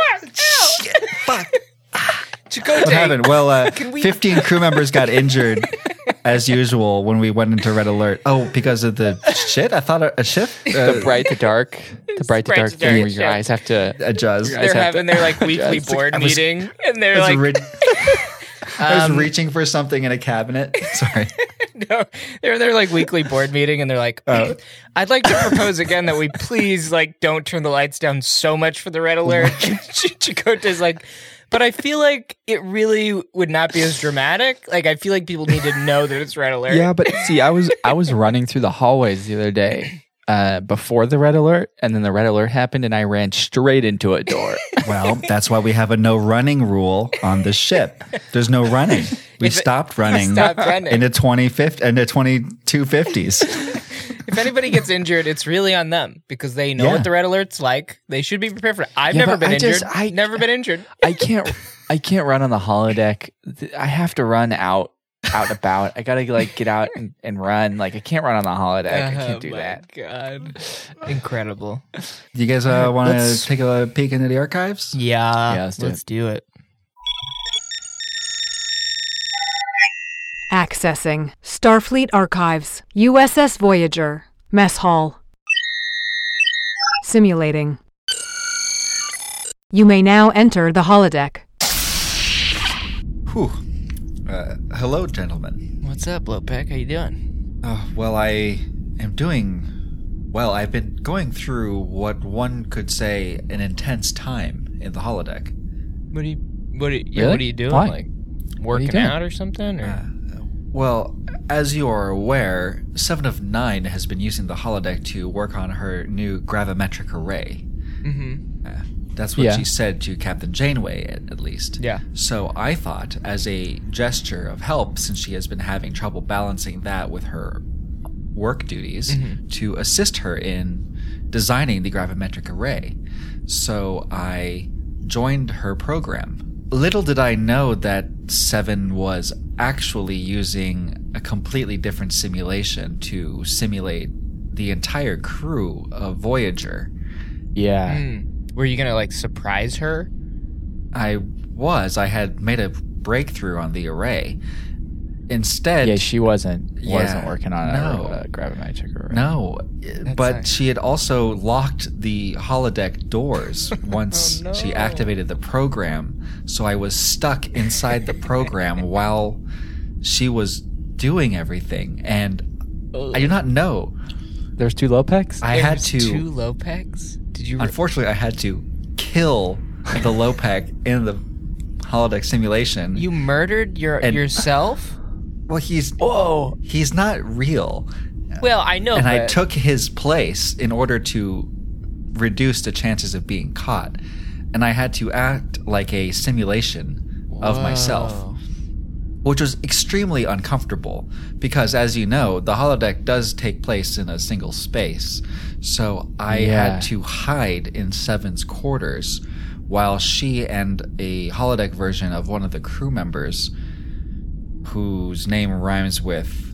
Speaker 2: shit, fuck. ah.
Speaker 3: Chakotay,
Speaker 2: What happened? Well, uh,
Speaker 3: Can we-
Speaker 2: 15 crew members got injured as usual when we went into red alert. Oh, because of the shit? I thought a, a shift? Uh,
Speaker 1: the bright to dark, the bright to
Speaker 3: Bright
Speaker 1: dark
Speaker 3: to
Speaker 1: thing
Speaker 3: dark,
Speaker 1: where your
Speaker 3: yeah.
Speaker 1: eyes have to.
Speaker 2: adjust.
Speaker 1: Your eyes
Speaker 3: they're
Speaker 1: have
Speaker 3: having
Speaker 1: to-
Speaker 3: their like weekly
Speaker 1: It's like,
Speaker 3: board
Speaker 2: I was-
Speaker 3: meeting, and they're
Speaker 2: I was
Speaker 3: like,
Speaker 2: re- I was
Speaker 3: um,
Speaker 2: reaching for something in a cabinet. Sorry.
Speaker 3: no, they're in their like weekly board meeting, and they're like, I'd like to propose again that we please like don't turn the lights down so much for the red alert. Ch- Chakotay's like, but I feel like it really would not be as dramatic. Like I feel like people need to know that it's red alert.
Speaker 1: Yeah, but see, I was I was running through the hallways the other day. Uh, before the red alert, and then the red alert happened, and I ran straight into a door.
Speaker 2: Well, that's why we have a no running rule on the ship. There's no running. We
Speaker 3: If it-
Speaker 2: stopped running
Speaker 3: stopped running.
Speaker 2: in the 25th and the 2250s.
Speaker 3: If anybody gets injured, it's really on them because they know
Speaker 2: Yeah.
Speaker 3: what the red alert's like. They should be prepared for it. I've
Speaker 1: Yeah,
Speaker 3: never
Speaker 1: but
Speaker 3: been
Speaker 1: I
Speaker 3: injured.
Speaker 1: just- I-
Speaker 3: never been injured.
Speaker 1: I can't I can't run on the holodeck. Th- I have to run out out and about. I gotta like get out and, and run. Like I can't run on the holodeck. I
Speaker 3: Uh,
Speaker 1: can't do that.
Speaker 3: God, incredible.
Speaker 2: You guys uh, want
Speaker 1: Let's-
Speaker 2: to take a peek into the archives?
Speaker 3: Yeah,
Speaker 1: Yeah, let's do it.
Speaker 3: do it.
Speaker 9: Accessing Starfleet Archives, USS Voyager, Mess Hall. Simulating. You may now enter the holodeck.
Speaker 2: Whew. Uh, hello, gentlemen.
Speaker 3: What's up, Lopek? How you doing?
Speaker 2: Oh, well, I am doing well. I've been going through what one could say an intense time in the holodeck.
Speaker 3: What do you what are, yeah,
Speaker 1: Really?
Speaker 3: what are you doing?
Speaker 1: Why?
Speaker 3: Like
Speaker 1: are you
Speaker 3: working
Speaker 1: doing?
Speaker 3: out or something? Or?
Speaker 2: Well, as you are aware, Seven of Nine has been using the holodeck to work on her new gravimetric array. Mm-hmm. that's what
Speaker 1: Yeah.
Speaker 2: she said to Captain Janeway, at, at least.
Speaker 3: Yeah.
Speaker 2: So I thought, as a gesture of help, since she has been having trouble balancing that with her work duties, to assist her in designing the gravimetric array. So I joined her program. Little did I know that Seven was actually using a completely different simulation to simulate the entire crew of Voyager.
Speaker 1: Yeah.
Speaker 3: Hmm. Were you gonna like surprise her?
Speaker 2: I was. I had made a breakthrough on the array. Instead,
Speaker 1: Yeah, she wasn't
Speaker 2: Yeah.
Speaker 1: wasn't working on Uh,
Speaker 2: No.
Speaker 1: a, a gravimetric or
Speaker 2: no, but
Speaker 3: not-
Speaker 2: she had also locked the holodeck doors once she activated the program. So I was stuck inside the program while she was doing everything, and I do not know.
Speaker 1: There's two Lopex?
Speaker 2: I had
Speaker 3: There's
Speaker 2: to.
Speaker 3: two Lopex. Did you? Re-
Speaker 2: unfortunately, I had to kill the Lopec in the holodeck simulation.
Speaker 3: you murdered your
Speaker 2: And-
Speaker 3: yourself?
Speaker 2: well, he's
Speaker 1: Whoa.
Speaker 2: he's not real.
Speaker 3: Well, I know.
Speaker 2: and I
Speaker 3: but-
Speaker 2: took his place in order to reduce the chances of being caught. And I had to act like a simulation of myself, which was extremely uncomfortable because, as you know, the holodeck does take place in a single space. So I
Speaker 1: Yeah.
Speaker 2: had to hide in Seven's quarters while she and a holodeck version of one of the crew members, whose name rhymes with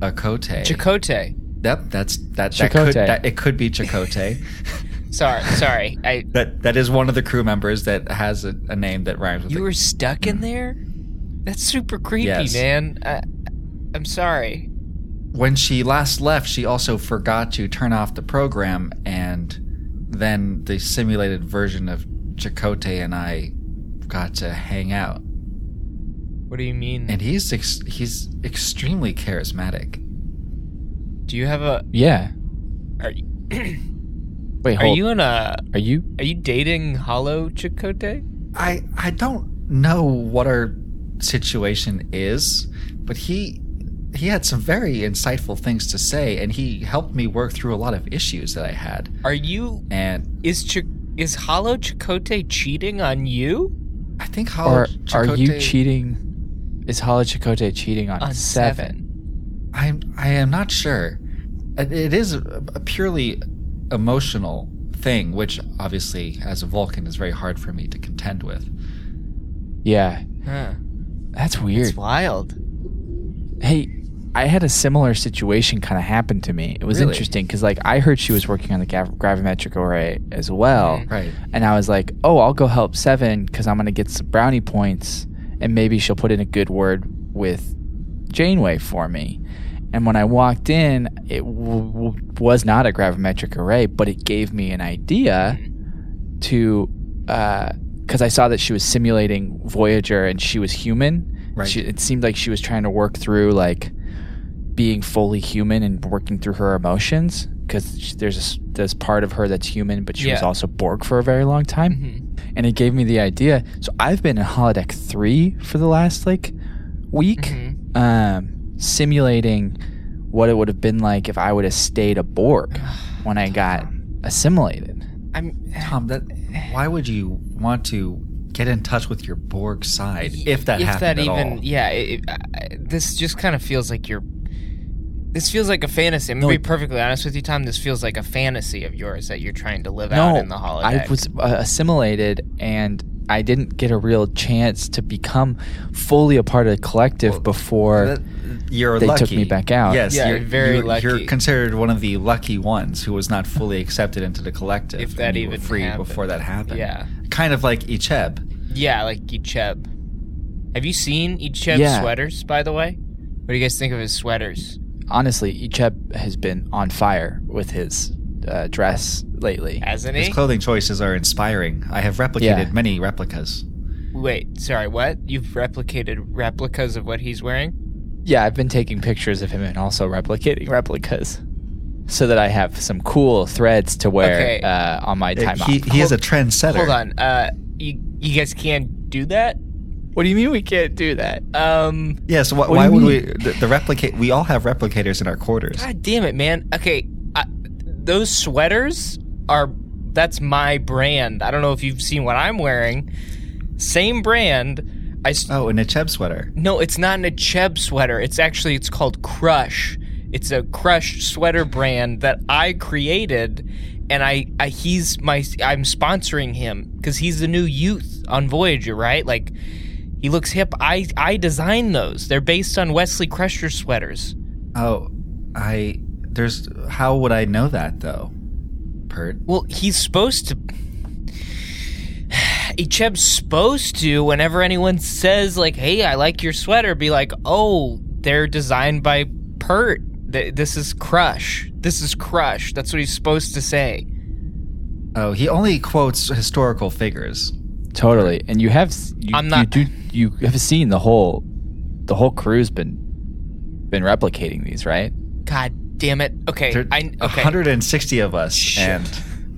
Speaker 2: Akote.
Speaker 3: Chakotay.
Speaker 2: Yep, that's that. That could,
Speaker 1: Chakotay.
Speaker 2: that it could be Chakotay.
Speaker 3: Sorry, sorry. I
Speaker 2: that that is one of the crew members that has a, a name that rhymes with.
Speaker 3: you
Speaker 2: it.
Speaker 3: were stuck in there. That's super creepy,
Speaker 2: Yes.
Speaker 3: man. I, I'm sorry.
Speaker 2: when she last left, she also forgot to turn off the program, and then the simulated version of Chakotay and I got to hang out.
Speaker 3: What do you mean?
Speaker 2: And he's ex- he's extremely charismatic.
Speaker 3: do you have a?
Speaker 1: Yeah.
Speaker 3: Are you,
Speaker 1: Wait,
Speaker 3: are
Speaker 1: hold.
Speaker 3: you in a?
Speaker 1: Are you?
Speaker 3: Are you dating Hollow Chicote?
Speaker 2: I I don't know what our situation is, but he he had some very insightful things to say, and he helped me work through a lot of issues that I had.
Speaker 3: Are you?
Speaker 2: And
Speaker 3: Is Ch- is Hollow Chicote cheating on you?
Speaker 2: I think how
Speaker 1: Or are you
Speaker 2: Chakotay-
Speaker 1: cheating? Is Hala Chicote cheating on,
Speaker 3: On
Speaker 1: seven?
Speaker 2: I'm I am not sure. It it is a a purely emotional thing, which obviously, as a Vulcan, is very hard for me to contend with.
Speaker 1: Yeah.
Speaker 3: Huh.
Speaker 1: That's weird.
Speaker 3: It's wild.
Speaker 1: Hey, I had a similar situation kind of happen to me. It was
Speaker 2: Really?
Speaker 1: interesting because, like, I heard she was working on the gav- gravimetric array as well.
Speaker 2: Mm-hmm. Right.
Speaker 1: And I was like, oh, I'll go help Seven because I'm going to get some brownie points and maybe she'll put in a good word with Janeway for me. And when I walked in, it w- w- was not a gravimetric array, but it gave me an idea to because I saw that she was simulating Voyager and she was human.
Speaker 2: Right.
Speaker 1: She, it seemed like she was trying to work through like being fully human and working through her emotions because there's a s there's part of her that's human, but she was
Speaker 3: Yeah. Mm-hmm.
Speaker 1: also Borg for a very long time. And it gave me the idea. So I've been in holodeck three for the last like week,
Speaker 3: Mm-hmm.
Speaker 1: um, simulating what it would have been like if I would have stayed a Borg when I got assimilated.
Speaker 3: I'm.
Speaker 2: Tom, that why would you want to get in touch with your Borg side if that happened at all?
Speaker 3: yeah. It, I, I- this just kind of feels like you're. This feels like a fantasy. I'm
Speaker 1: No,
Speaker 3: gonna be
Speaker 1: it-
Speaker 3: perfectly honest with you, Tom. This feels like a fantasy of yours that you're trying to live out in the holiday.
Speaker 1: I was uh, assimilated and I didn't get a real chance to become fully a part of the collective before.
Speaker 2: That- you're
Speaker 1: They took
Speaker 2: lucky.
Speaker 1: me back out.
Speaker 2: Yes,
Speaker 3: Yeah,
Speaker 2: you're
Speaker 3: very
Speaker 2: you're-
Speaker 3: lucky.
Speaker 2: You're considered one of the lucky ones who was not fully accepted into the collective.
Speaker 3: If that
Speaker 2: and you were
Speaker 3: even
Speaker 2: free
Speaker 3: happened.
Speaker 2: before that happened.
Speaker 3: Yeah.
Speaker 2: kind of like Icheb.
Speaker 3: Yeah, like Icheb. Have you seen Icheb's
Speaker 1: Yeah.
Speaker 3: sweaters, by the way? What do you guys think of his sweaters?
Speaker 1: honestly, Icheb has been on fire with his uh, dress lately.
Speaker 3: Hasn't
Speaker 2: His
Speaker 3: he?
Speaker 2: clothing choices are inspiring. I have replicated
Speaker 1: Yeah.
Speaker 2: many replicas.
Speaker 3: Wait, sorry, what? You've replicated replicas of what he's wearing?
Speaker 1: Yeah, I've been taking pictures of him and also replicating replicas so that I have some cool threads to wear
Speaker 3: Okay.
Speaker 1: uh, on my time
Speaker 2: he
Speaker 1: off.
Speaker 2: he is a trendsetter.
Speaker 3: Hold on. Uh you you guys can't do that?
Speaker 1: What do you mean we can't do that?
Speaker 3: Um
Speaker 2: Yeah, so wh-
Speaker 1: What do
Speaker 2: why
Speaker 1: you
Speaker 2: would we?
Speaker 1: mean?
Speaker 2: The, the replicate. We all have replicators in our quarters.
Speaker 3: God damn it, man. Okay, I, those sweaters are that's my brand. I don't know if you've seen what I'm wearing. Same brand. I s-
Speaker 2: Oh, and a Cheb sweater.
Speaker 3: No, it's not an Acheb sweater. It's actually it's called Crush. It's a Crush sweater brand that I created, and I, I he's my I'm sponsoring him because he's the new youth on Voyager, right? Like he looks hip. I I designed those. They're based on Wesley Crusher sweaters.
Speaker 2: Oh, I. There's. How would I know that though? Pert.
Speaker 3: Well, he's supposed to. Icheb's supposed to, whenever anyone says, like, hey, I like your sweater, be like, oh, they're designed by Pert. Th- This is Crush. This is Crush. That's what he's supposed to say.
Speaker 2: Oh, he only quotes historical figures.
Speaker 1: Totally, and you have s- you,
Speaker 3: I'm not-
Speaker 1: you do you have seen the whole the whole crew's been been replicating these, right?
Speaker 3: God damn it. Okay.
Speaker 2: There
Speaker 3: I,
Speaker 2: are
Speaker 3: okay.
Speaker 2: 160 of us,
Speaker 3: Shit.
Speaker 2: and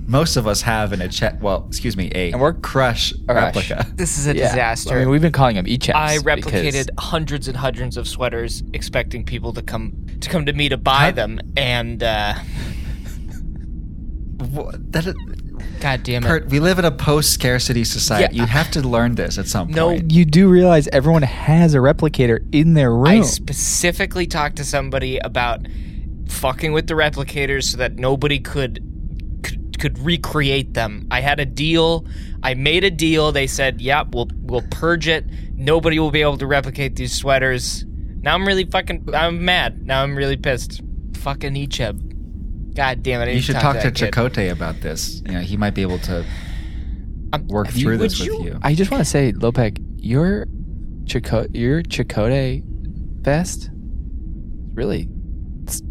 Speaker 2: most of us have an a Cheb. Well, excuse me, a
Speaker 1: And we're
Speaker 2: crush
Speaker 1: Crush.
Speaker 2: replica.
Speaker 3: This is a
Speaker 1: Yeah.
Speaker 3: disaster.
Speaker 1: I mean, we've been calling them each.
Speaker 3: I replicated hundreds and hundreds of sweaters, expecting people to come to come to me to buy them, and uh,
Speaker 2: Wha- That,
Speaker 3: God damn it!
Speaker 2: Pert, we live in a post-scarcity society.
Speaker 3: Yeah.
Speaker 2: You have to learn this at some
Speaker 3: No,
Speaker 2: point.
Speaker 1: You do realize everyone has a replicator in their room.
Speaker 3: I specifically talked to somebody about fucking with the replicators so that nobody could could, could recreate them. I had a deal. I made a deal. They said, "Yep, we'll we'll purge it. Nobody will be able to replicate these sweaters." Now I'm really fucking. I'm mad. Now I'm really pissed. Fucking Icheb. God damn it! I
Speaker 2: You
Speaker 3: need
Speaker 2: should talk to
Speaker 3: that kid.
Speaker 2: Chakotay about this. You know, he might be able to
Speaker 3: Um,
Speaker 2: work
Speaker 3: have you-
Speaker 2: through
Speaker 3: would
Speaker 2: this
Speaker 3: you-
Speaker 2: with you.
Speaker 1: I just want to say, Lopek, your Chico- your Chicote vest. Really s-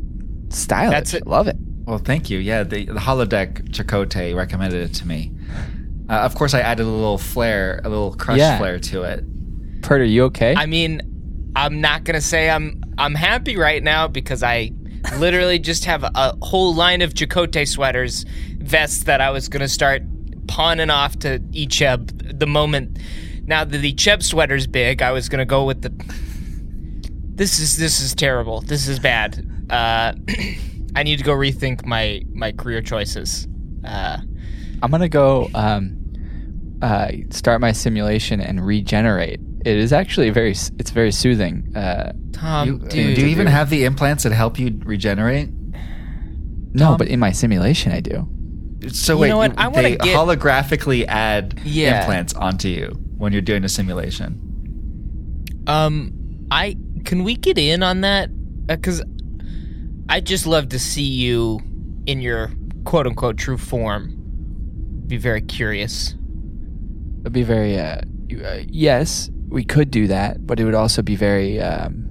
Speaker 1: stylish.
Speaker 3: That's it.
Speaker 1: Love it.
Speaker 2: Well, thank you. Yeah, the, the holodeck Chakotay recommended it to me. Uh, of course, I added a little flair, a little crush
Speaker 1: Yeah.
Speaker 2: flair to it.
Speaker 1: Pert, are you okay?
Speaker 3: I mean, I'm not gonna say I'm I'm happy right now because I literally just have a whole line of Jacote sweaters, vests that I was gonna start pawning off to Echeb the moment. Now that the Cheb sweater's big, I was gonna go with the. This is this is terrible. This is bad. Uh, I need to go rethink my my career choices. Uh,
Speaker 1: I'm gonna go um, uh, start my simulation and regenerate. It is actually very. s- It's very soothing. Uh,
Speaker 3: Tom, Um, dude,
Speaker 2: Do you even have the implants that help you regenerate?
Speaker 1: no, but in my simulation, I do.
Speaker 2: So
Speaker 3: You
Speaker 2: wait,
Speaker 3: know what? I wanna
Speaker 2: they
Speaker 3: get-
Speaker 2: holographically add
Speaker 3: Yeah.
Speaker 2: implants onto you when you're doing a simulation.
Speaker 3: Um, I can we get in on that? Because I just love to see you in your quote unquote true form. Be very curious.
Speaker 1: It'd be very. Uh, you- uh, yes, we could do that, but it would also be very. Um,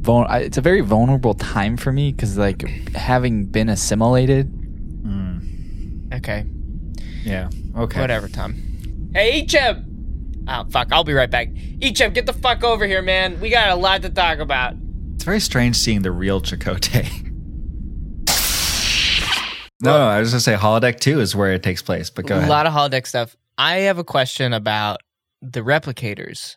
Speaker 1: vul- I- it's a very vulnerable time for me because, like, having been assimilated,
Speaker 3: Okay,
Speaker 2: Yeah. Okay.
Speaker 3: whatever, Tom. Hey, Echeb. Oh fuck! I'll be right back. Echeb, get the fuck over here, man. We got a lot to talk about.
Speaker 2: It's very strange seeing the real Chakotay. no, no, I was gonna say holodeck two is where it takes place, but go
Speaker 3: a
Speaker 2: ahead.
Speaker 3: lot of holodeck stuff. I have a question about the replicators.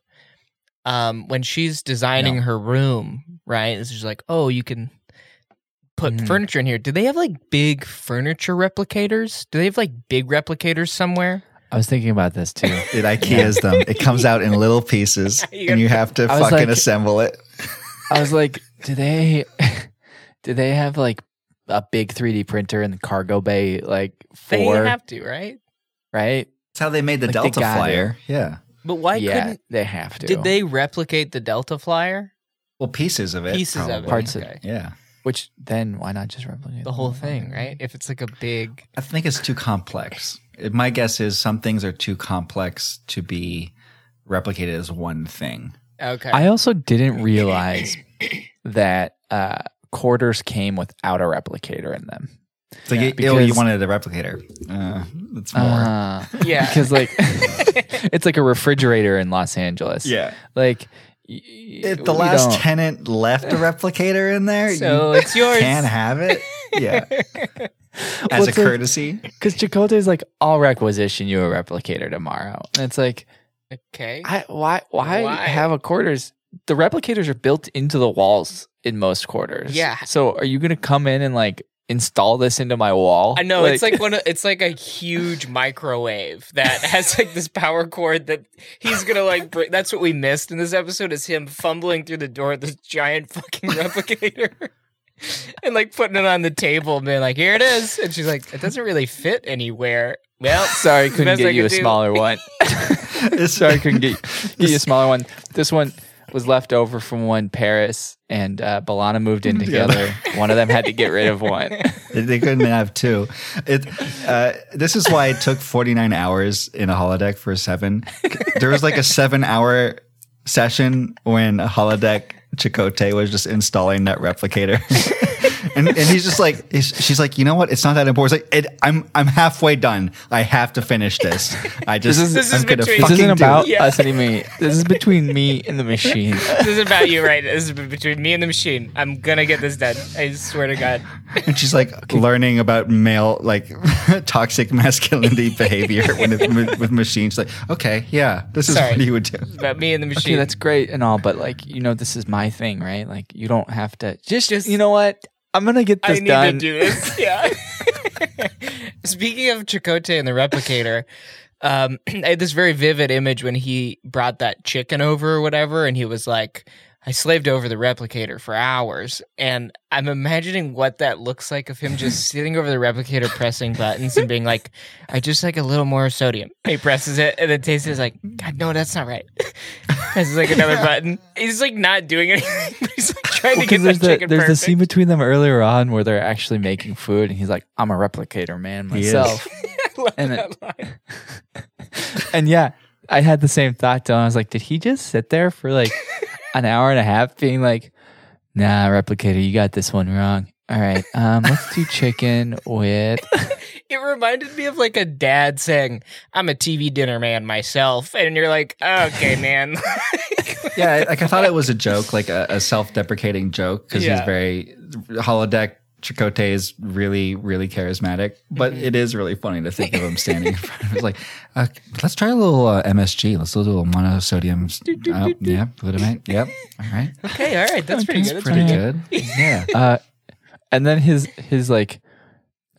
Speaker 3: Um, when she's designing her room, right? It's just like, oh, you can put
Speaker 1: Mm-hmm.
Speaker 3: furniture in here. Do they have like big furniture replicators? Do they have like big replicators somewhere?
Speaker 1: I was thinking about this too.
Speaker 2: It IKEA's them. It comes out in little pieces, and you have to
Speaker 1: I was
Speaker 2: fucking
Speaker 1: like-
Speaker 2: assemble it.
Speaker 1: I was like, do they, do they have like a big 3D printer in the cargo bay, like
Speaker 3: They
Speaker 1: for
Speaker 3: have to, right?
Speaker 1: right?
Speaker 2: That's how they made the
Speaker 1: Like, they
Speaker 2: Delta
Speaker 1: got
Speaker 2: Flyer. Yeah.
Speaker 3: But why
Speaker 1: yeah,
Speaker 3: couldn't?
Speaker 1: they have to.
Speaker 3: Did they replicate the Delta Flyer?
Speaker 2: Well, pieces of it.
Speaker 3: Pieces of it.
Speaker 1: Parts of-
Speaker 3: okay.
Speaker 2: Yeah.
Speaker 1: Which then why not just replicate
Speaker 3: The whole thing, right? If it's like a big,
Speaker 2: I think it's too complex. My guess is some things are too complex to be replicated as one thing.
Speaker 3: okay,
Speaker 1: I also didn't realize that uh, quarters came without a replicator in them.
Speaker 2: It's like, oh,
Speaker 1: because-
Speaker 2: you wanted a replicator. Uh, it's more.
Speaker 1: Uh,
Speaker 3: Yeah.
Speaker 1: because like it's like a refrigerator in Los Angeles.
Speaker 2: Yeah.
Speaker 1: like
Speaker 2: if the last
Speaker 1: ten.
Speaker 2: tenant left a replicator in there,
Speaker 3: so
Speaker 2: you
Speaker 3: it's yours.
Speaker 2: can have it. Yeah. as a
Speaker 1: What's a-
Speaker 2: courtesy.
Speaker 1: Because Chakotay is like, I'll requisition you a replicator tomorrow, and it's like,
Speaker 3: okay,
Speaker 1: I, why, why,
Speaker 3: Why?
Speaker 1: have a quarters? The replicators are built into the walls in most quarters.
Speaker 3: Yeah.
Speaker 1: So are you gonna come in and like install this into my wall?
Speaker 3: I know it's like one. Of, it's like a huge microwave that has like this power cord that he's gonna like. Bring, that's what we missed in this episode is him fumbling through the door of this giant fucking replicator and like putting it on the table and being like, "Here it is," and she's like, "It doesn't really fit anywhere." Well,
Speaker 1: Sorry, couldn't
Speaker 3: best I
Speaker 1: get you
Speaker 3: could
Speaker 1: a
Speaker 3: do.
Speaker 1: smaller one. Sorry, couldn't get, get you a smaller one. This one was left over from when Paris and uh, Balana moved in together. one of them had to get rid of one.
Speaker 2: they couldn't have two. It, uh, this is why it took 49 hours in a holodeck for seven. There was like a seven hour session when a holodeck Chicote was just installing that replicator. And, and he's just like, he's, she's like, you know what? It's not that important. It's like, it, I'm, I'm halfway done. I have to finish this. I just,
Speaker 1: This is-
Speaker 3: This is
Speaker 2: I'm gonna
Speaker 3: between-
Speaker 1: This
Speaker 2: fucking
Speaker 1: isn't
Speaker 2: do
Speaker 1: about
Speaker 2: it.
Speaker 3: Yeah.
Speaker 1: us and me. This is between me and the machine.
Speaker 3: this is about you, right? This is between me and the machine. I'm gonna get this done. I swear to God.
Speaker 2: And she's like learning about male, like toxic masculinity behavior when it, with machines. Like, okay, yeah, this is
Speaker 3: Sorry.
Speaker 2: what he would do.
Speaker 3: It's about me and the machine.
Speaker 1: Okay, that's great and all, but like you know, this is my thing, right? Like you don't have to just,
Speaker 3: Just-
Speaker 1: you know what? I'm gonna get
Speaker 3: I
Speaker 1: this
Speaker 3: need
Speaker 1: done.
Speaker 3: to do this. Yeah. Speaking of Chakotay and the replicator, um, I had this very vivid image when he brought that chicken over or whatever, and he was like, "I slaved over the replicator for hours," and I'm imagining what that looks like of him just sitting over the replicator, pressing buttons, and being like, "I just like a little more sodium." He presses it, and then tastes it is like, "God, no, that's not right." presses like another button. He's like not doing anything. But he's like trying to get
Speaker 1: there's
Speaker 3: that
Speaker 1: the,
Speaker 3: chicken
Speaker 1: there's the
Speaker 3: perfect.
Speaker 1: scene between them earlier on where they're actually making food, and he's like, "I'm a replicator man
Speaker 2: He is.
Speaker 1: myself,"
Speaker 3: Love
Speaker 1: and
Speaker 3: that
Speaker 1: it,
Speaker 3: line.
Speaker 1: and yeah, I had the same thought, Dylan. I was like, did he just sit there for like an hour and a half being like, nah, replicator, you got this one wrong. All right, um, let's do chicken with.
Speaker 3: It reminded me of like a dad saying, I'm a TV dinner man myself. And you're like, okay, man.
Speaker 2: yeah, like I thought it was a joke, like a, a self-deprecating joke, because he's
Speaker 3: Yeah.
Speaker 2: very holodeck. Chicote is really, really charismatic, but
Speaker 3: Mm-hmm.
Speaker 2: it is really funny to think of him standing in front of. It's like, uh, let's try a little uh, MSG. Let's do a little monosodium. s- Uh, yeah, glutamate. Yep. All right.
Speaker 3: okay, all right. That's pretty good. That's
Speaker 2: Pretty good. Yeah.
Speaker 1: Uh, and then his his like,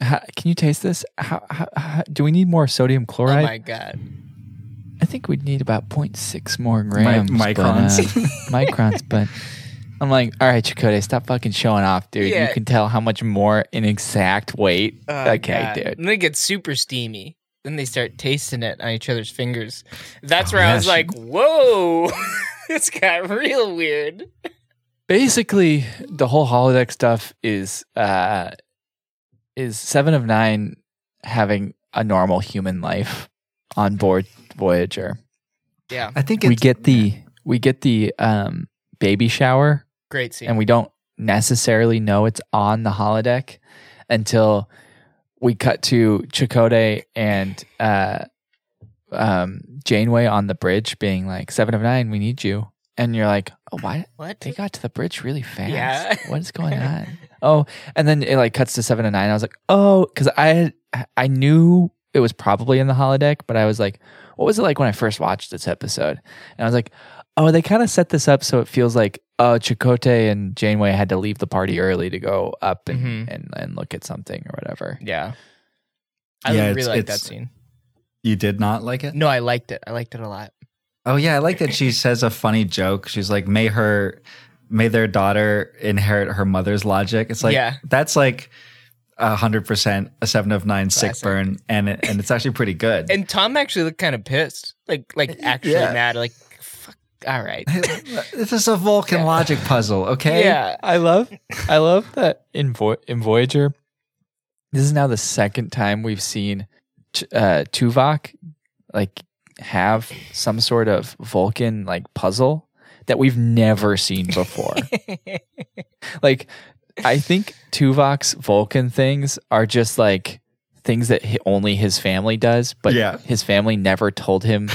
Speaker 1: "Ha- can you taste this? How, how, how do we need more sodium
Speaker 3: Oh
Speaker 1: chloride?
Speaker 3: my God.
Speaker 1: I think we'd need about 0.6 more grams, but, uh,
Speaker 2: microns.
Speaker 1: microns. But I'm like, all right, Chakotay, stop fucking showing off, dude.
Speaker 3: Yeah.
Speaker 1: You can tell how much more in exact weight.
Speaker 3: Oh,
Speaker 1: okay,
Speaker 3: God.
Speaker 1: dude.
Speaker 3: And they get super steamy. Then they start tasting it on each other's fingers. That's where I
Speaker 2: yeah,
Speaker 3: was
Speaker 2: she-
Speaker 3: like, whoa, this got real weird.
Speaker 1: basically the whole holodeck stuff is uh is seven of nine having a normal human life on board voyager
Speaker 3: Yeah,
Speaker 2: I think
Speaker 1: we
Speaker 2: it's,
Speaker 1: get the we get the um baby shower
Speaker 3: great scene.
Speaker 1: and we don't necessarily know it's on the holodeck until we cut to Chakotay and uh, um, Janeway on the bridge, being like, Seven of Nine, we need you." And you're like, oh, "Why?
Speaker 3: What?
Speaker 1: They got to the bridge really fast.
Speaker 3: Yeah.
Speaker 1: What is going on?" oh, and then it like cuts to Seven of Nine. I was like, "Oh," because I I knew it was probably in the holodeck, but I was like, "What was it like when I first watched this episode?" And I was like, "Oh, they kind of set this up so it feels like." Oh, Chakotay and Janeway had to leave the party early to go up and,
Speaker 3: Mhm.
Speaker 1: and, and look at something or whatever.
Speaker 3: yeah. I
Speaker 2: Yeah,
Speaker 3: really
Speaker 2: it's-
Speaker 3: liked that
Speaker 2: it's-
Speaker 3: scene.
Speaker 2: you did not like it.
Speaker 3: No, I liked it. I liked it a lot.
Speaker 2: Oh yeah, I like that she says a funny joke. She's like, "May her, may their daughter inherit her mother's logic." It's like
Speaker 3: Yeah.
Speaker 2: that's like a hundred percent a seven of nine sick
Speaker 3: Classic.
Speaker 2: burn, and it, and it's actually pretty good.
Speaker 3: And Tom actually looked kind of pissed, like like actually
Speaker 2: Yeah.
Speaker 3: mad, like fuck. All right,
Speaker 2: this is a Vulcan logic puzzle, okay?
Speaker 3: yeah,
Speaker 1: I love, I love that in, Vo- in Voyager. This is now the second time we've seen T- uh, Tuvok like have some sort of Vulcan like puzzle that we've never seen before. like, I think Tuvok's Vulcan things are just like things that hi- only his family does, but
Speaker 2: Yeah.
Speaker 1: his family never told him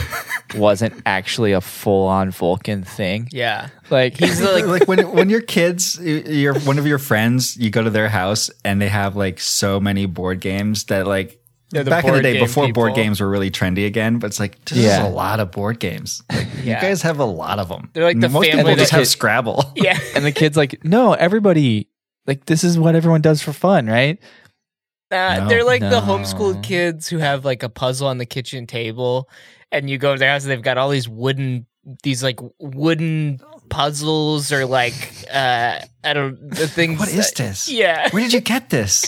Speaker 1: wasn't actually a full on Vulcan thing.
Speaker 3: yeah.
Speaker 1: Like
Speaker 3: He's the,
Speaker 2: like,
Speaker 3: like,
Speaker 2: when when your kids, y- your one of your friends, you go to their house and they have like so many board games that like
Speaker 3: They're the
Speaker 2: back in the
Speaker 3: board
Speaker 2: day
Speaker 3: game
Speaker 2: before board
Speaker 3: people.
Speaker 2: games were really trendy again, but it's like this
Speaker 1: Yeah.
Speaker 2: is a lot of board games. Like,
Speaker 3: Yeah.
Speaker 2: You guys have a lot of them.
Speaker 3: They're like the
Speaker 2: most
Speaker 3: family
Speaker 2: people
Speaker 1: that-
Speaker 2: just have Scrabble.
Speaker 3: yeah,
Speaker 1: and the kid's like, no, everybody, like, this is what everyone does for fun, right?
Speaker 3: Uh,
Speaker 2: No.
Speaker 3: they're like
Speaker 1: No.
Speaker 3: the homeschooled kids who have like a puzzle on the kitchen table, and you go to their house and they've got all these wooden, these like wooden puzzles or like uh I don't the things.
Speaker 2: What is
Speaker 3: that-
Speaker 2: this?
Speaker 3: Yeah,
Speaker 2: Where did you get this?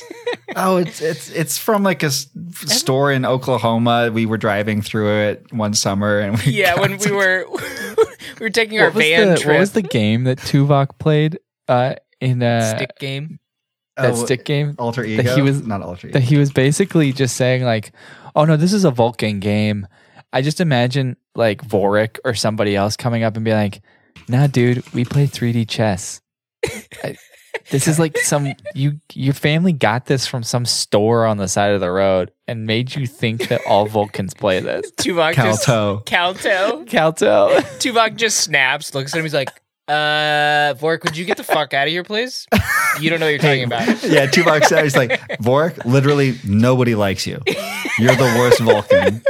Speaker 2: oh, it's it's it's from like a s- store in Oklahoma. We were driving through it one summer, and we
Speaker 3: yeah.
Speaker 2: got
Speaker 3: When we
Speaker 2: some-
Speaker 3: were we were taking our
Speaker 1: What was,
Speaker 3: van
Speaker 1: the,
Speaker 3: trip,
Speaker 1: what was the game that Tuvok played uh, in uh,
Speaker 3: stick game.
Speaker 1: that
Speaker 2: Oh,
Speaker 1: stick game?
Speaker 2: alter
Speaker 1: that
Speaker 2: ego.
Speaker 1: he was-
Speaker 2: not alter ego.
Speaker 1: That he was basically just saying, like, oh no, this is a Vulcan game. I just imagine like Vorik or somebody else coming up and being like, nah, dude, we play 3D chess. I- this is like some you your family got this from some store on the side of the road and made you think that all Vulcans play this.
Speaker 3: Tuvok
Speaker 2: Calto.
Speaker 3: just Calto.
Speaker 1: Calto.
Speaker 3: Tuvok just snaps, looks at him, he's like, uh, Vork, would you get the fuck out of here, please? You don't know what you're talking about.
Speaker 2: yeah, Tuvok said he's like Vorik. Literally, nobody likes you. You're the worst Vulcan.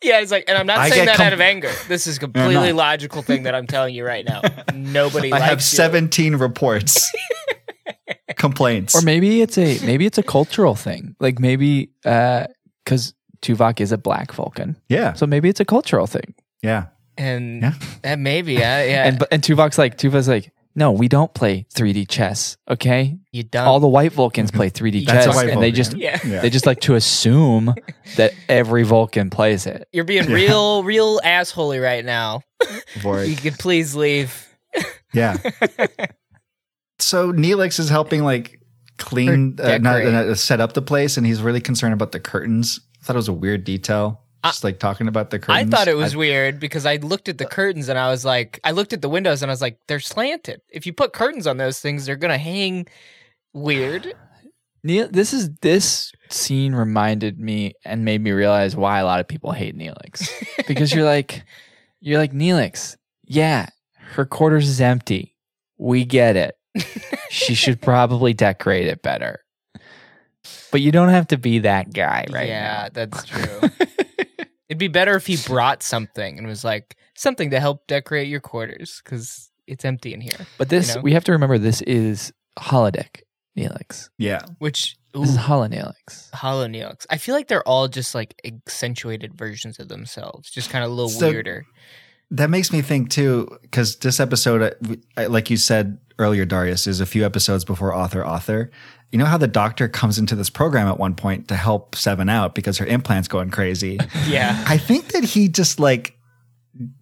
Speaker 3: Yeah, he's like, and I'm not
Speaker 2: I
Speaker 3: saying
Speaker 2: get
Speaker 3: that
Speaker 2: com-
Speaker 3: out of anger. This is completely
Speaker 2: not.
Speaker 3: logical thing that I'm telling you right now. Nobody
Speaker 2: I
Speaker 3: likes
Speaker 2: have
Speaker 3: you.
Speaker 2: 17 reports, complaints.
Speaker 1: or maybe it's a maybe it's a cultural thing. Like maybe because Tuvok is a black Vulcan,
Speaker 2: yeah,
Speaker 1: so maybe it's a cultural thing.
Speaker 2: yeah.
Speaker 3: And
Speaker 2: Yeah.
Speaker 3: that maybe, yeah, yeah.
Speaker 1: And but and Tuvok's like Tuvok's like, no, we don't play 3D chess. Okay,
Speaker 3: you dumb.
Speaker 1: all the white Vulcans play 3D
Speaker 3: Uh, That's
Speaker 1: chess,
Speaker 3: a
Speaker 1: and
Speaker 2: white
Speaker 1: they
Speaker 2: Vulcan.
Speaker 1: just
Speaker 3: yeah.
Speaker 2: Yeah.
Speaker 1: they just like to assume that every Vulcan plays it.
Speaker 3: You're being real, real assholey right now. You
Speaker 2: Vorik.
Speaker 3: could please leave.
Speaker 2: Yeah. so Neelix is helping like clean,
Speaker 3: Or
Speaker 2: uh, not,
Speaker 3: decorate.
Speaker 2: uh, set up the place, and he's really concerned about the curtains. I thought it was a weird detail. Just like talking about the
Speaker 3: I
Speaker 2: curtains.
Speaker 3: thought it was weird because I looked at the curtains and I was like, I looked at the windows and I was like, they're slanted. If you put curtains on those things, they're gonna hang weird.
Speaker 1: Neil, this is this scene reminded me and made me realize why a lot of people hate Neelix because you're like, you're like Neelix. Yeah, her quarters is empty. We get it. she should probably decorate it better. But you don't have to be that guy, right?
Speaker 3: yeah, that's true. It'd be better if he brought something and was like something to help decorate your quarters because it's empty in here.
Speaker 1: But this,
Speaker 3: know?
Speaker 1: we have to remember, this is holodeck Neelix.
Speaker 2: Yeah.
Speaker 3: Which ooh,
Speaker 1: This is holo Neelix.
Speaker 3: Hollow Neelix. I feel like they're all just like accentuated versions of themselves, just kind of a little
Speaker 2: So-
Speaker 3: weirder.
Speaker 2: That makes me think too, because this episode, uh, we- I- like you said earlier, Darius, is a few episodes before Author Author. You know how the doctor comes into this program at one point to help Seven out because her implant's going crazy.
Speaker 3: Yeah.
Speaker 2: I think that he just like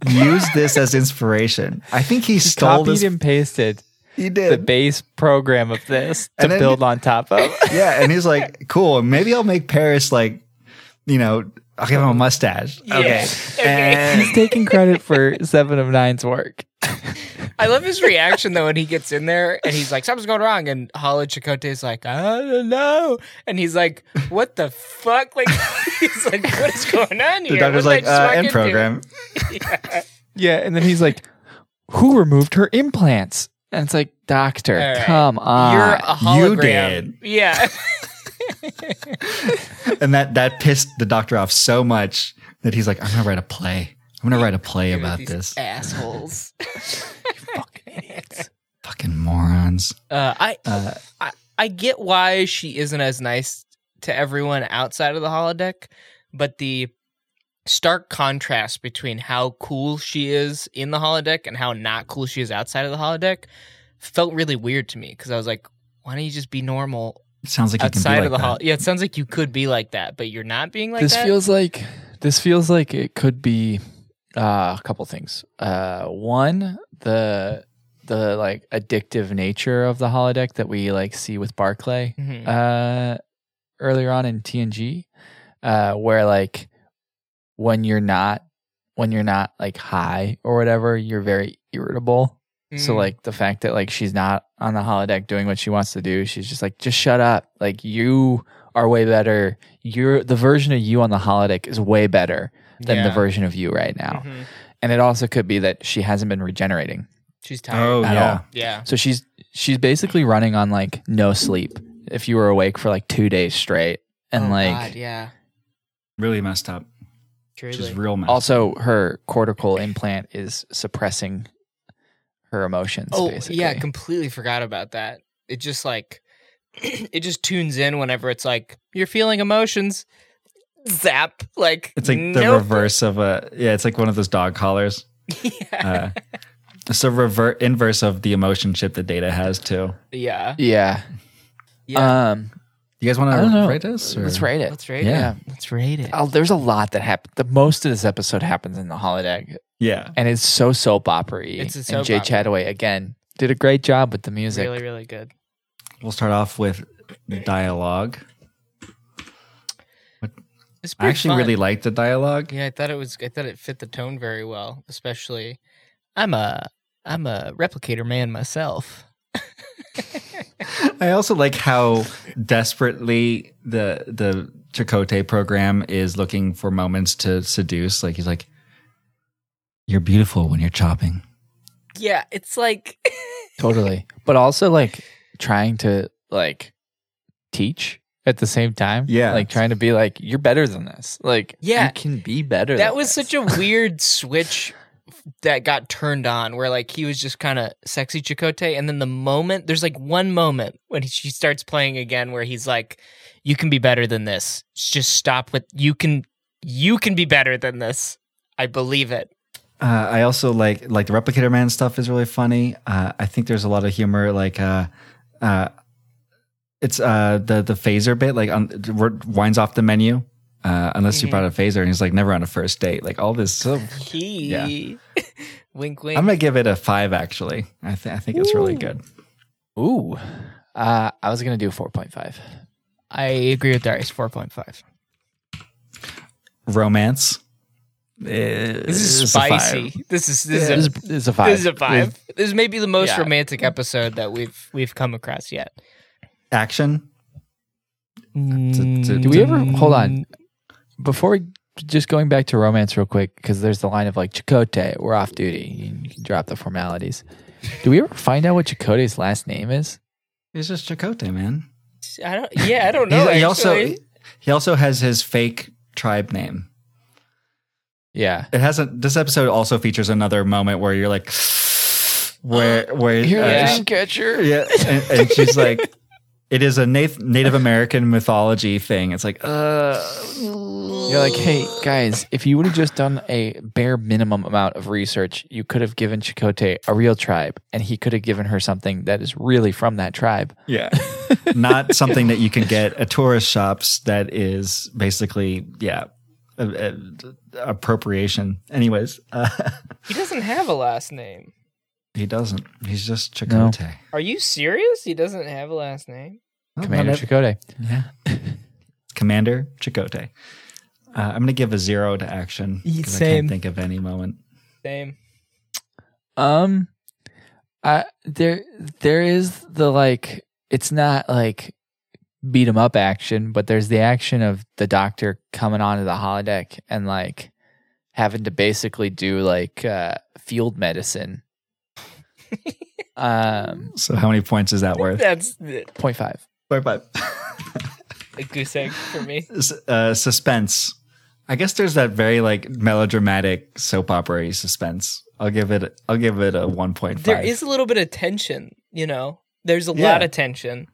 Speaker 2: used this as inspiration. I think he, stole
Speaker 1: Copied
Speaker 2: this.
Speaker 1: and pasted
Speaker 2: He
Speaker 1: the
Speaker 2: did.
Speaker 1: base program of this to
Speaker 2: And then-
Speaker 1: build on top of.
Speaker 2: yeah, and he's like, "Cool, maybe I'll make Paris like, you know, I'll give him a mustache." Okay. And-
Speaker 1: He's taking credit for Seven of Nine's work.
Speaker 3: I love his reaction though when he gets in there and he's like, something's going wrong. And Hala Chicote is like, I don't know. And he's like, what the fuck? Like, he's like, what is going on here?
Speaker 2: the doctor's
Speaker 3: What
Speaker 2: like,
Speaker 3: did I just
Speaker 2: uh,
Speaker 3: walk
Speaker 2: "End
Speaker 3: into?"
Speaker 2: program."
Speaker 1: Yeah, and then he's like, "Who removed her implants?" And it's like, "Doctor,
Speaker 3: All right.
Speaker 1: come on."
Speaker 3: You're a hologram.
Speaker 2: Ah, you did.
Speaker 3: Yeah.
Speaker 2: And that that pissed the doctor off so much that he's like, "I'm gonna write a play. I'm gonna write a play about
Speaker 3: These
Speaker 2: this."
Speaker 3: Assholes.
Speaker 2: Fucking morons.
Speaker 3: Uh, I, I I get why she isn't as nice to everyone outside of the holodeck, but the stark contrast between how cool she is in the holodeck and how not cool she is outside of the holodeck felt really weird to me because I was like, why don't you just be normal
Speaker 2: Sounds like
Speaker 3: outside
Speaker 2: you can
Speaker 3: of
Speaker 2: be
Speaker 3: the
Speaker 2: like
Speaker 3: holo?
Speaker 2: that.
Speaker 3: Yeah, it sounds like you could be like that, but you're not being like
Speaker 1: this
Speaker 3: that.
Speaker 1: feels like this feels like it could be uh, a couple things. Uh, one, the the like addictive nature of the holodeck that we like see with Barclay
Speaker 3: Mhm.
Speaker 1: uh, earlier on in TNG, uh, where like when you're not when you're not like high or whatever, you're very irritable. So
Speaker 2: Uh,
Speaker 3: Mm.
Speaker 1: like the fact that like she's not on the holodeck doing what she wants to do, she's just like, just shut up. Like you are way better. You're the version of you on the holodeck is way better than the
Speaker 3: Yeah.
Speaker 1: version of you right now.
Speaker 3: Mhm.
Speaker 1: And it also could be that she hasn't been regenerating.
Speaker 3: she's tired.
Speaker 2: Oh
Speaker 1: At
Speaker 2: yeah.
Speaker 1: all.
Speaker 3: Yeah.
Speaker 1: So she's she's basically running on like no sleep. If you were awake for like two days straight. And
Speaker 3: Oh,
Speaker 1: like
Speaker 3: God, yeah.
Speaker 2: Really messed up.
Speaker 3: Truly.
Speaker 2: Just real messed. up.
Speaker 1: also her cortical implant is suppressing her emotions.
Speaker 3: Oh
Speaker 1: basically.
Speaker 3: yeah, completely forgot about that. It just like it just tunes in whenever it's like you're feeling emotions. Zap! Like
Speaker 2: It's like the
Speaker 3: nope.
Speaker 2: reverse of a yeah. It's like one of those dog collars. Uh,
Speaker 3: Yeah.
Speaker 2: It's the rever- inverse of the emotion chip that Data has too.
Speaker 3: yeah,
Speaker 1: yeah.
Speaker 3: Yeah.
Speaker 1: Um
Speaker 2: You guys
Speaker 1: I don't
Speaker 2: want to
Speaker 1: know.
Speaker 2: rate this? or-
Speaker 1: Let's rate it.
Speaker 3: Let's rate
Speaker 2: Yeah.
Speaker 3: it. Let's rate it.
Speaker 1: Oh, there's a lot that happened. The most of this episode happens in the holodeck,
Speaker 2: Yeah.
Speaker 1: and it's so soap opery.
Speaker 3: It's a
Speaker 1: and
Speaker 3: soap
Speaker 1: Jay
Speaker 3: opera.
Speaker 1: Chataway again did a great job with the music.
Speaker 3: really, really good.
Speaker 2: We'll start off with dialogue.
Speaker 3: It's
Speaker 2: I
Speaker 3: pretty
Speaker 2: actually
Speaker 3: fun.
Speaker 2: really liked the dialogue.
Speaker 3: Yeah, I thought it was. I thought it fit the tone very well. Especially, I'm a I'm a replicator man myself.
Speaker 2: I also like how desperately the the Chakotay program is looking for moments to seduce. Like he's like, "You're beautiful when you're chopping."
Speaker 3: Yeah, it's like
Speaker 1: Totally, but also like trying to like teach at the same time.
Speaker 2: Yeah.
Speaker 1: like trying to be like you're better than this. Like
Speaker 3: Yeah.
Speaker 1: you can be better.
Speaker 3: that
Speaker 1: than
Speaker 3: was
Speaker 1: this.
Speaker 3: such a weird switch that got turned on where like he was just kind of sexy chicote and then the moment there's like one moment when she starts playing again where he's like you can be better than this just stop with you can you can be better than this i believe it
Speaker 2: Uh, I also like like the Replicator Man stuff is really funny. Uh, I think there's a lot of humor. Like, uh, uh, it's uh, the the phaser bit. Like, on, winds off the menu. Uh, unless you brought a phaser, and he's like never on a first date. Like all this, so
Speaker 3: he wink wink
Speaker 2: I'm gonna give it a five. Actually, I, th- I think it's really good.
Speaker 1: ooh. Uh, I was gonna do four point five.
Speaker 3: i agree with darius 4.5
Speaker 2: romance.
Speaker 3: This is spicy. This is
Speaker 1: This
Speaker 3: this is
Speaker 1: is,
Speaker 3: a,
Speaker 1: this is a five.
Speaker 3: this is a five. This is maybe the most
Speaker 1: Yeah.
Speaker 3: romantic episode that we've we've come across yet.
Speaker 2: Action.
Speaker 3: Mm,
Speaker 1: Do we ever hold on? Before we just going back to romance real quick, because there's the line of like Chicote, we're off duty. You can drop the formalities. Do we ever find out what Chicote's last name is?
Speaker 2: It's just Chakotay, man.
Speaker 3: I don't. Yeah, I don't
Speaker 2: He's-
Speaker 3: know.
Speaker 2: he also
Speaker 3: actually.
Speaker 2: he also has his fake tribe name.
Speaker 1: Yeah.
Speaker 2: It has a This episode also features another moment where you're like, where where
Speaker 1: Here
Speaker 2: uh,
Speaker 1: yeah.
Speaker 2: she-
Speaker 1: catcher.
Speaker 2: yeah, and, and she's like, it is a Native Native American mythology thing. It's like, uh,
Speaker 1: You're like, hey guys, if you would have just done a bare minimum amount of research, you could have given Chicote a real tribe, and he could have given her something that is really from that tribe.
Speaker 2: yeah, not something that you can get at tourist shops. That is basically, yeah, a, a- appropriation. Anyways, uh,
Speaker 3: he doesn't have a last name.
Speaker 2: he doesn't. He's just Chakotay.
Speaker 3: Are you serious? He doesn't have a last name.
Speaker 2: Well,
Speaker 1: Commander
Speaker 2: Oh, not ev-
Speaker 1: Chicote.
Speaker 2: Yeah. Commander Chicote. Uh, I'm going to give a zero to action. 'cause I
Speaker 3: Same.
Speaker 2: can't think of any moment.
Speaker 3: Same.
Speaker 1: Um, I there there is the like it's not like beat 'em up action, but there's the action of the doctor coming onto the holodeck and like having to basically do like uh, field medicine. um,
Speaker 2: So, how many points is that worth?
Speaker 3: That's the-
Speaker 1: point five.
Speaker 2: Four, five.
Speaker 3: a goose egg for me.
Speaker 2: S- uh, suspense. I guess there's that very like melodramatic soap opera suspense. I'll give it. I'll give it a one point
Speaker 3: There
Speaker 2: five.
Speaker 3: is a little bit of tension. You know, there's a
Speaker 2: Yeah.
Speaker 3: lot of tension.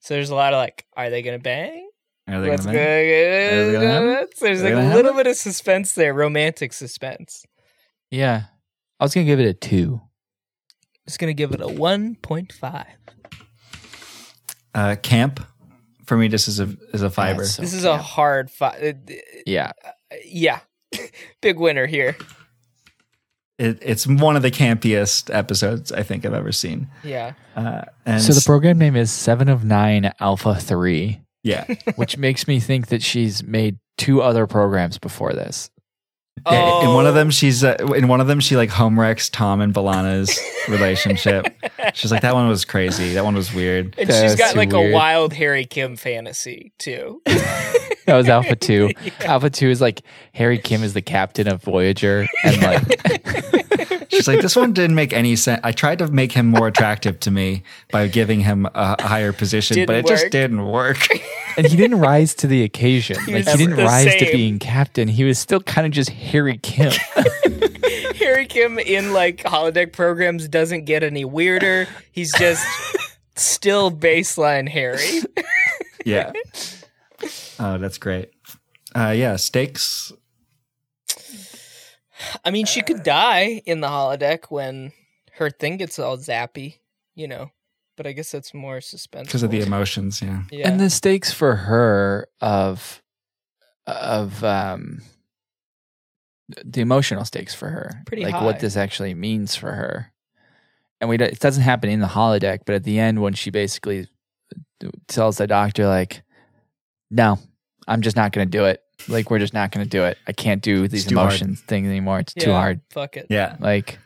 Speaker 3: So there's a lot of like, are they gonna bang?
Speaker 2: Are they
Speaker 3: What's
Speaker 2: gonna
Speaker 3: going
Speaker 2: win? they gonna happen?
Speaker 3: There's
Speaker 2: Are they
Speaker 3: like
Speaker 2: gonna
Speaker 3: a little
Speaker 2: happen?
Speaker 3: bit of suspense there, romantic suspense.
Speaker 1: Yeah, I was gonna give it a two.
Speaker 3: It's gonna give it a one point five.
Speaker 2: uh, camp. For me, this is a is a fiber.
Speaker 1: That's so-
Speaker 3: This is a hard five.
Speaker 1: Yeah,
Speaker 3: Yeah, big winner here.
Speaker 2: It, it's one of the campiest episodes I think I've ever seen.
Speaker 3: Yeah,
Speaker 2: Uh, and
Speaker 1: so the
Speaker 2: s-
Speaker 1: program name is Seven of Nine Alpha Three,
Speaker 2: yeah,
Speaker 1: which makes me think that she's made two other programs before this.
Speaker 2: Yeah, In one
Speaker 3: Oh,
Speaker 2: of them, she's uh, in one of them. She like home wrecks Tom and Valana's relationship. She's like that one was crazy. That one was weird.
Speaker 3: and she's
Speaker 1: That's
Speaker 3: got
Speaker 1: too
Speaker 3: like
Speaker 1: weird.
Speaker 3: a wild Harry Kim fantasy too.
Speaker 1: That was Alpha Two. Alpha Two is like Harry Kim is the captain of Voyager, and like
Speaker 2: She's like this one didn't make any sense. I tried to make him more attractive to me by giving him a a higher position, but it
Speaker 3: Didn't
Speaker 2: just
Speaker 3: work.
Speaker 2: didn't work.
Speaker 1: and he didn't rise to the occasion. like
Speaker 3: was
Speaker 1: he didn't
Speaker 3: the
Speaker 1: rise to
Speaker 3: same.
Speaker 1: being captain. He was still kind of just Harry Kim.
Speaker 3: Harry Kim in like holodeck programs doesn't get any weirder. He's just still baseline Harry.
Speaker 2: yeah. Oh, that's great. Uh, yeah, stakes.
Speaker 3: I mean, she could die in the holodeck when her thing gets all zappy, you know. But I guess that's more suspenseful.
Speaker 2: Because of the emotions, yeah.
Speaker 3: yeah.
Speaker 1: And the stakes for her of of um the emotional stakes for her.
Speaker 3: Pretty
Speaker 1: like
Speaker 3: high.
Speaker 1: what this actually means for her. And we don't- it doesn't happen in the holodeck, but at the end when she basically uh, tells the doctor like no, I'm just not going to do it. Like we're just not going to do it. I can't do these
Speaker 2: too hard.
Speaker 1: emotions things anymore. It's too
Speaker 3: Yeah,
Speaker 1: hard.
Speaker 3: Fuck it.
Speaker 2: Yeah.
Speaker 1: Like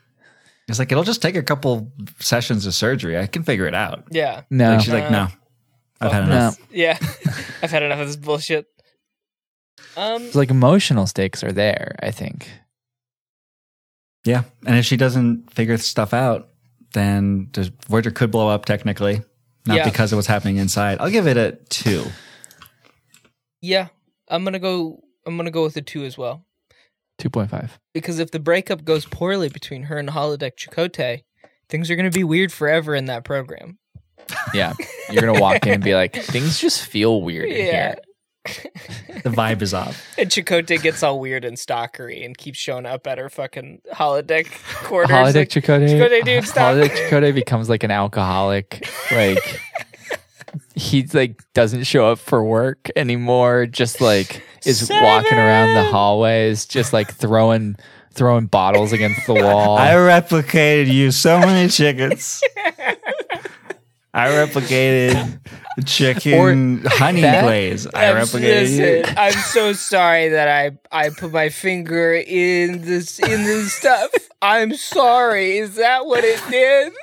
Speaker 2: It's like it'll just take a couple sessions of surgery. I can figure it out.
Speaker 3: Yeah.
Speaker 1: no.
Speaker 2: Like, she's like, no, I've had enough.
Speaker 3: Yeah. I've had enough of this bullshit. Um
Speaker 1: It's like emotional stakes are there, I think.
Speaker 2: Yeah, and if she doesn't figure stuff out, then the Voyager could blow up technically, not
Speaker 3: Yeah.
Speaker 2: because of what's happening inside. I'll give it a two.
Speaker 3: yeah, I'm going to go I'm going to go with a 2 as well.
Speaker 1: 2.5.
Speaker 3: Because if the breakup goes poorly between her and holodeck Chakotay, things are going to be weird forever in that program.
Speaker 1: Yeah. You're going to walk in and be like, things just feel weird in
Speaker 3: Yeah.
Speaker 1: here.
Speaker 2: The vibe is off.
Speaker 3: And Chakotay gets all weird and stalkery and keeps showing up at her fucking holodeck quarters.
Speaker 1: Holodeck
Speaker 3: like,
Speaker 1: Chakotay.
Speaker 3: Chakotay, dude,
Speaker 1: uh,
Speaker 3: stop.
Speaker 1: Holodeck Chakotay becomes like an alcoholic. Like, he like doesn't show up for work anymore. Just like is walking around the hallways, just like throwing throwing bottles against the wall.
Speaker 2: I replicated you so many chickens. I replicated Chicken honey
Speaker 1: that-
Speaker 2: glaze. I replicated it.
Speaker 3: I'm so sorry that I I put my finger in this in this stuff. I'm sorry. Is that what it did?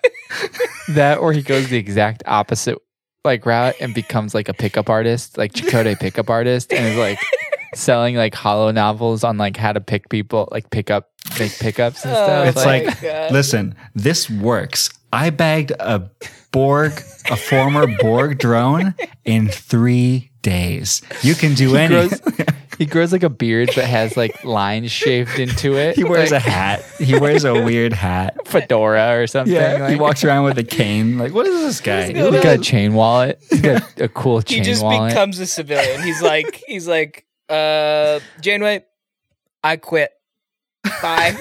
Speaker 1: That or he goes the exact opposite like route and becomes like a pickup artist, like Chakotay pickup artist, and is like selling like hollow novels on like how to pick people, like pick up make pickups
Speaker 3: Oh,
Speaker 1: and stuff.
Speaker 2: It's like,
Speaker 1: uh,
Speaker 2: listen, this works. I bagged a Borg, a former Borg drone, in three days. You can do
Speaker 1: he
Speaker 2: any.
Speaker 1: grows, he grows like a beard that has like lines shaved into it.
Speaker 2: He wears a
Speaker 1: like,
Speaker 2: hat. He wears a weird hat.
Speaker 1: fedora or something.
Speaker 2: Yeah, he
Speaker 1: like-
Speaker 2: walks around with a cane. Like, what is this guy?
Speaker 1: He's got a chain wallet. He's got a cool
Speaker 3: He
Speaker 1: chain
Speaker 3: just
Speaker 1: wallet.
Speaker 3: becomes a civilian. He's like he's like uh Janeway, I quit. Bye.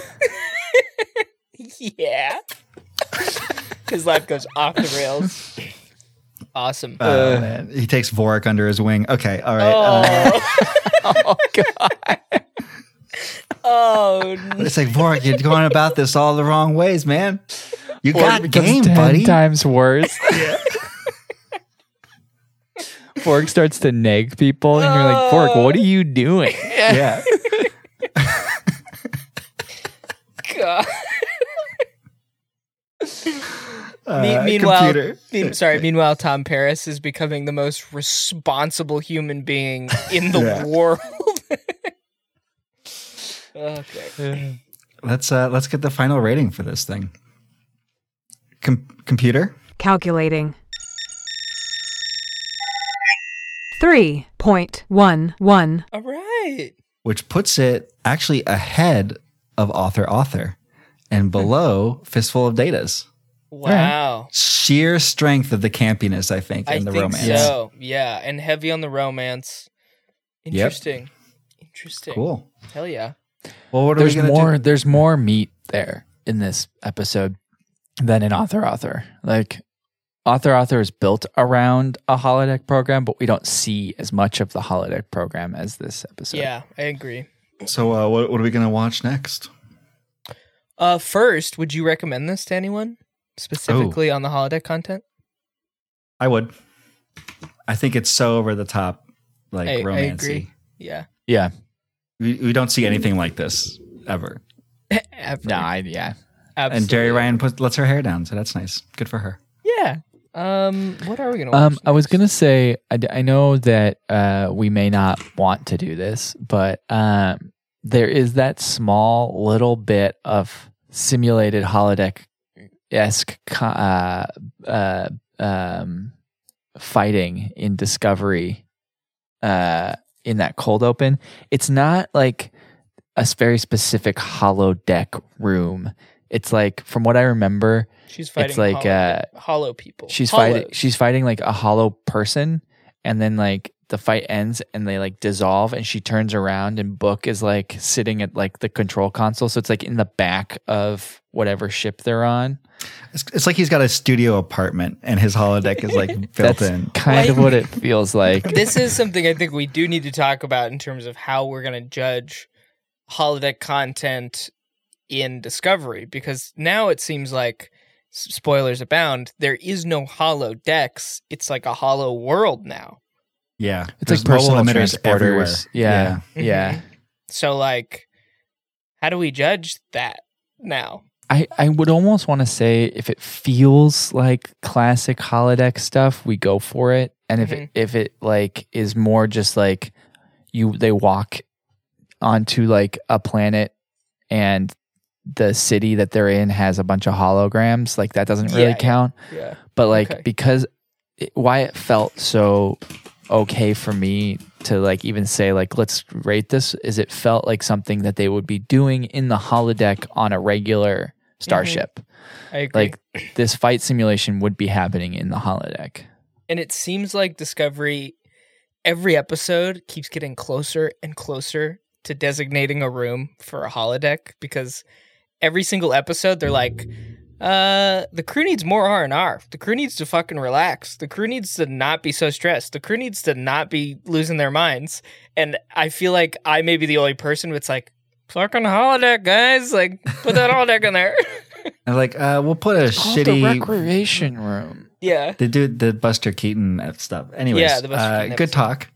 Speaker 3: yeah. His life goes off the rails. Awesome.
Speaker 2: Oh, man. He takes Vorik under his wing. Okay, all right. uh,
Speaker 1: oh god.
Speaker 3: oh
Speaker 2: it's like Vorik, you're going about this all the wrong ways, man. You
Speaker 1: Or it
Speaker 2: got
Speaker 1: becomes
Speaker 2: game,
Speaker 1: 10
Speaker 2: buddy.
Speaker 1: times worse. Fork starts to nag people, and you're like, Fork, what are you doing?
Speaker 2: Yeah.
Speaker 3: god. Me-
Speaker 2: Uh,
Speaker 3: meanwhile,
Speaker 2: computer.
Speaker 3: mean- sorry. Meanwhile, Tom Paris is becoming the most responsible human being in the
Speaker 2: Yeah.
Speaker 3: world. Oh, okay.
Speaker 2: Let's uh, let's get the final rating for this thing. Com- computer.
Speaker 9: Calculating. 3.11.
Speaker 3: All right.
Speaker 2: which puts it actually ahead of author author and below fistful of datas
Speaker 3: Wow.
Speaker 2: sheer strength of the campiness i think
Speaker 3: I
Speaker 2: and the
Speaker 3: think
Speaker 2: romance
Speaker 3: so. Yeah, and heavy on the romance.
Speaker 2: Yep.
Speaker 3: Interesting. Interesting.
Speaker 2: cool
Speaker 3: Hell yeah.
Speaker 2: well what are
Speaker 1: There's
Speaker 2: we gonna
Speaker 1: more.
Speaker 2: do
Speaker 1: There's more meat there in this episode than in author author. Like author author is built around a holodeck program, but we don't see as much of the holodeck program as this episode.
Speaker 3: Yeah, I agree.
Speaker 2: so uh, what, what are we gonna watch next
Speaker 3: Uh, first, would you recommend this to anyone specifically
Speaker 2: Oh.
Speaker 3: on the holodeck content?
Speaker 2: i would i think it's so over the top like
Speaker 3: I- I
Speaker 2: romancy
Speaker 3: agree. Yeah.
Speaker 1: yeah.
Speaker 2: we, we don't see anything like this ever
Speaker 3: Ever.
Speaker 1: No, I, yeah.
Speaker 3: Absolutely.
Speaker 2: and jerry ryan puts, lets her hair down so that's nice good for her
Speaker 3: Yeah. Um, what are we gonna? Watch
Speaker 1: Um, I was gonna say I, d- I know that uh, we may not want to do this, but um, there is that small little bit of simulated holodeck esque uh, uh, um, fighting in Discovery uh, in that cold open. It's not like a s- very specific holodeck room. It's like from what I remember,
Speaker 3: She's fighting.
Speaker 1: it's like, uh,
Speaker 3: hollow, hollow people.
Speaker 1: she's
Speaker 3: Hollows.
Speaker 1: fighting she's fighting like a hollow person and then like the fight ends and they like dissolve and she turns around and book is like sitting at like the control console so it's like in the back of whatever ship they're on
Speaker 2: it's, it's like he's got a studio apartment and his holodeck is like built
Speaker 1: that's
Speaker 2: in
Speaker 1: kind of what it feels like
Speaker 3: this is something I think we do need to talk about in terms of how we're going to judge holodeck content in Discovery because now it seems like s- spoilers abound. There is no hollow decks; it's like a hollow world now.
Speaker 2: Yeah,
Speaker 1: it's
Speaker 2: There's
Speaker 1: like personal
Speaker 2: mobile emitters
Speaker 1: transporters yeah yeah,
Speaker 3: Mhm. So, like, how do we judge that now?
Speaker 1: I, I would almost want to say if it feels like classic holodeck stuff, we go for it. And if
Speaker 3: Mm-hmm.
Speaker 1: it if it like is more just like you they walk onto like a planet and the city that they're in has a bunch of holograms, like that doesn't really
Speaker 3: Yeah, yeah.
Speaker 1: count.
Speaker 3: Yeah.
Speaker 1: But like
Speaker 3: Okay.
Speaker 1: because it, why it felt so okay for me to like even say like let's rate this is it felt like something that they would be doing in the holodeck on a regular starship.
Speaker 3: I agree.
Speaker 1: Like this fight simulation would be happening in the holodeck.
Speaker 3: and it seems like Discovery every episode keeps getting closer and closer to designating a room for a holodeck because every single episode they're like uh the crew needs more r&r the crew needs to fucking relax the crew needs to not be so stressed the crew needs to not be losing their minds and i feel like i may be the only person that's like fucking holodeck guys like put that holodeck in there
Speaker 2: And like, uh, we'll put a shitty,
Speaker 1: recreation room.
Speaker 3: Yeah.
Speaker 2: They do the Buster Keaton stuff. Anyways,
Speaker 3: Yeah, the Buster
Speaker 2: uh,
Speaker 3: Keaton
Speaker 2: good
Speaker 3: episode.
Speaker 2: talk.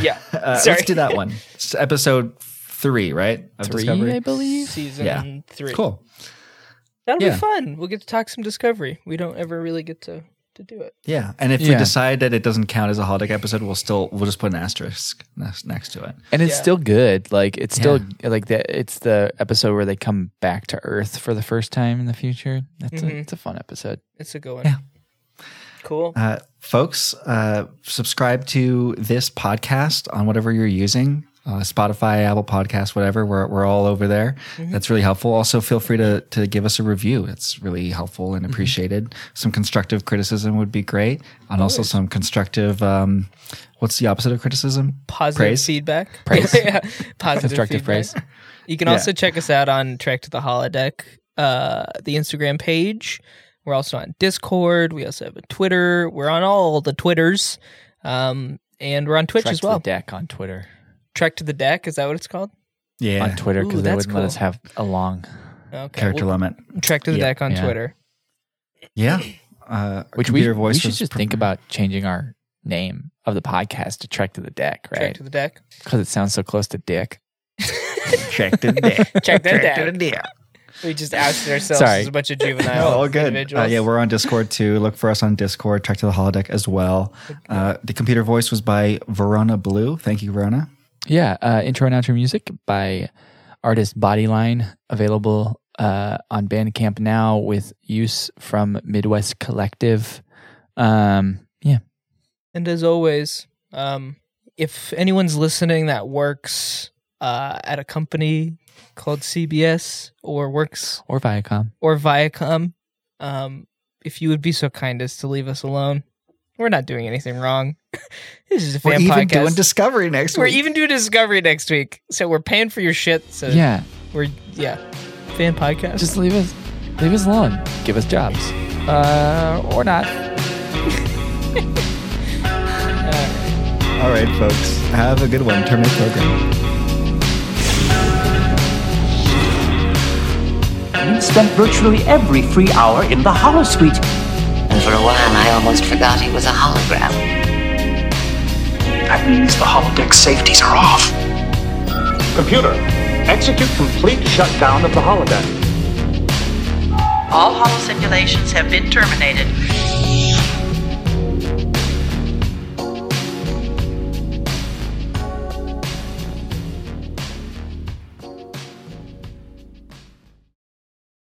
Speaker 3: Yeah.
Speaker 2: Uh,
Speaker 3: Sorry.
Speaker 2: Let's do that one. It's episode three, right? Of
Speaker 1: Three,
Speaker 2: Discovery?
Speaker 1: I believe.
Speaker 3: Season
Speaker 2: Yeah.
Speaker 3: three.
Speaker 2: Cool.
Speaker 3: That'll
Speaker 2: Yeah.
Speaker 3: be fun. We'll get to talk some Discovery. We don't ever really get to, to do it.
Speaker 2: Yeah, and if we
Speaker 1: Yeah.
Speaker 2: decide that it doesn't count as a holodeck episode, we'll still we'll just put an asterisk next, next to it.
Speaker 1: And it's
Speaker 3: Yeah.
Speaker 1: still good. Like it's still like that. It's the episode where they come back to Earth for the first time in the future. That's
Speaker 3: Mm-hmm.
Speaker 1: a, it's a fun episode.
Speaker 3: It's a good one.
Speaker 2: Yeah.
Speaker 3: Cool.
Speaker 2: Uh, folks, uh, subscribe to this podcast on whatever you're using. Uh, Spotify, Apple Podcasts, whatever. We're, we're all over there.
Speaker 3: Mm-hmm.
Speaker 2: That's really helpful. Also, feel free to, to give us a review. It's really helpful
Speaker 3: Mm-hmm.
Speaker 2: and appreciated. Some constructive criticism would be great. And also some constructive, um, what's the opposite of criticism?
Speaker 3: Positive
Speaker 2: Praise?
Speaker 3: feedback.
Speaker 1: Praise.
Speaker 3: yeah. Positive
Speaker 1: Constructive
Speaker 3: feedback.
Speaker 1: praise.
Speaker 3: You can
Speaker 2: Yeah.
Speaker 3: also check us out on Trek to the Holodeck, uh, the Instagram page. We're also on Discord. We also have a Twitter. We're on all the Twitters. Um, and we're on Twitch
Speaker 1: Trek
Speaker 3: as
Speaker 1: to
Speaker 3: well.
Speaker 1: the deck on Twitter.
Speaker 3: Trek to the Deck. Is that what it's called?
Speaker 2: Yeah.
Speaker 1: On Twitter
Speaker 3: Ooh,
Speaker 1: because they
Speaker 3: that's
Speaker 1: wouldn't let
Speaker 3: cool.
Speaker 1: us have a long.
Speaker 3: Okay.
Speaker 2: Character
Speaker 3: well,
Speaker 2: limit.
Speaker 3: Trek to the
Speaker 2: Yeah,
Speaker 3: Deck on
Speaker 1: yeah.
Speaker 3: Twitter.
Speaker 2: Yeah. Uh,
Speaker 1: Which we,
Speaker 2: computer voice
Speaker 1: we should
Speaker 2: was
Speaker 1: just
Speaker 2: pre-
Speaker 1: think about changing our name of the podcast to Trek to the Deck,
Speaker 3: Trek
Speaker 1: right?
Speaker 3: to the Deck.
Speaker 1: Because it sounds so close to Dick.
Speaker 2: check the deck.
Speaker 3: Check the
Speaker 2: Check the
Speaker 3: deck.
Speaker 2: deck.
Speaker 3: We just ousted ourselves
Speaker 1: Sorry.
Speaker 3: as a bunch of juvenile
Speaker 2: Oh, all good.
Speaker 3: individuals.
Speaker 2: Uh, yeah, we're on Discord too. Look for us on Discord. Track to the holodeck as well. Uh, the computer voice was by Verona Blue. Thank you, Verona.
Speaker 1: Yeah. Uh, intro and outro music by artist Bodyline, available uh, on Bandcamp now with use from Midwest Collective. Um, yeah.
Speaker 3: And as always, um, if anyone's listening that works uh, at a company called CBS or works
Speaker 1: Or Viacom.
Speaker 3: or Viacom, um, if you would be so kind as to leave us alone, we're not doing anything wrong. this is a
Speaker 2: We're
Speaker 3: fan
Speaker 2: even
Speaker 3: podcast.
Speaker 2: doing Discovery next
Speaker 3: we're
Speaker 2: week.
Speaker 3: even doing Discovery next week, so we're paying for your shit. So
Speaker 1: Yeah.
Speaker 3: we're yeah, fan podcast.
Speaker 1: Just leave us, leave us alone. Give us jobs. Uh, or not.
Speaker 2: All right, folks. Have a good one. Terminate program.
Speaker 10: We've spent virtually every free hour in the Hollow Suite.
Speaker 7: And for a while, I almost forgot he was a hologram.
Speaker 10: That means the holodeck safeties are off.
Speaker 6: Computer, execute complete shutdown of the holodeck.
Speaker 7: All holo simulations have been terminated.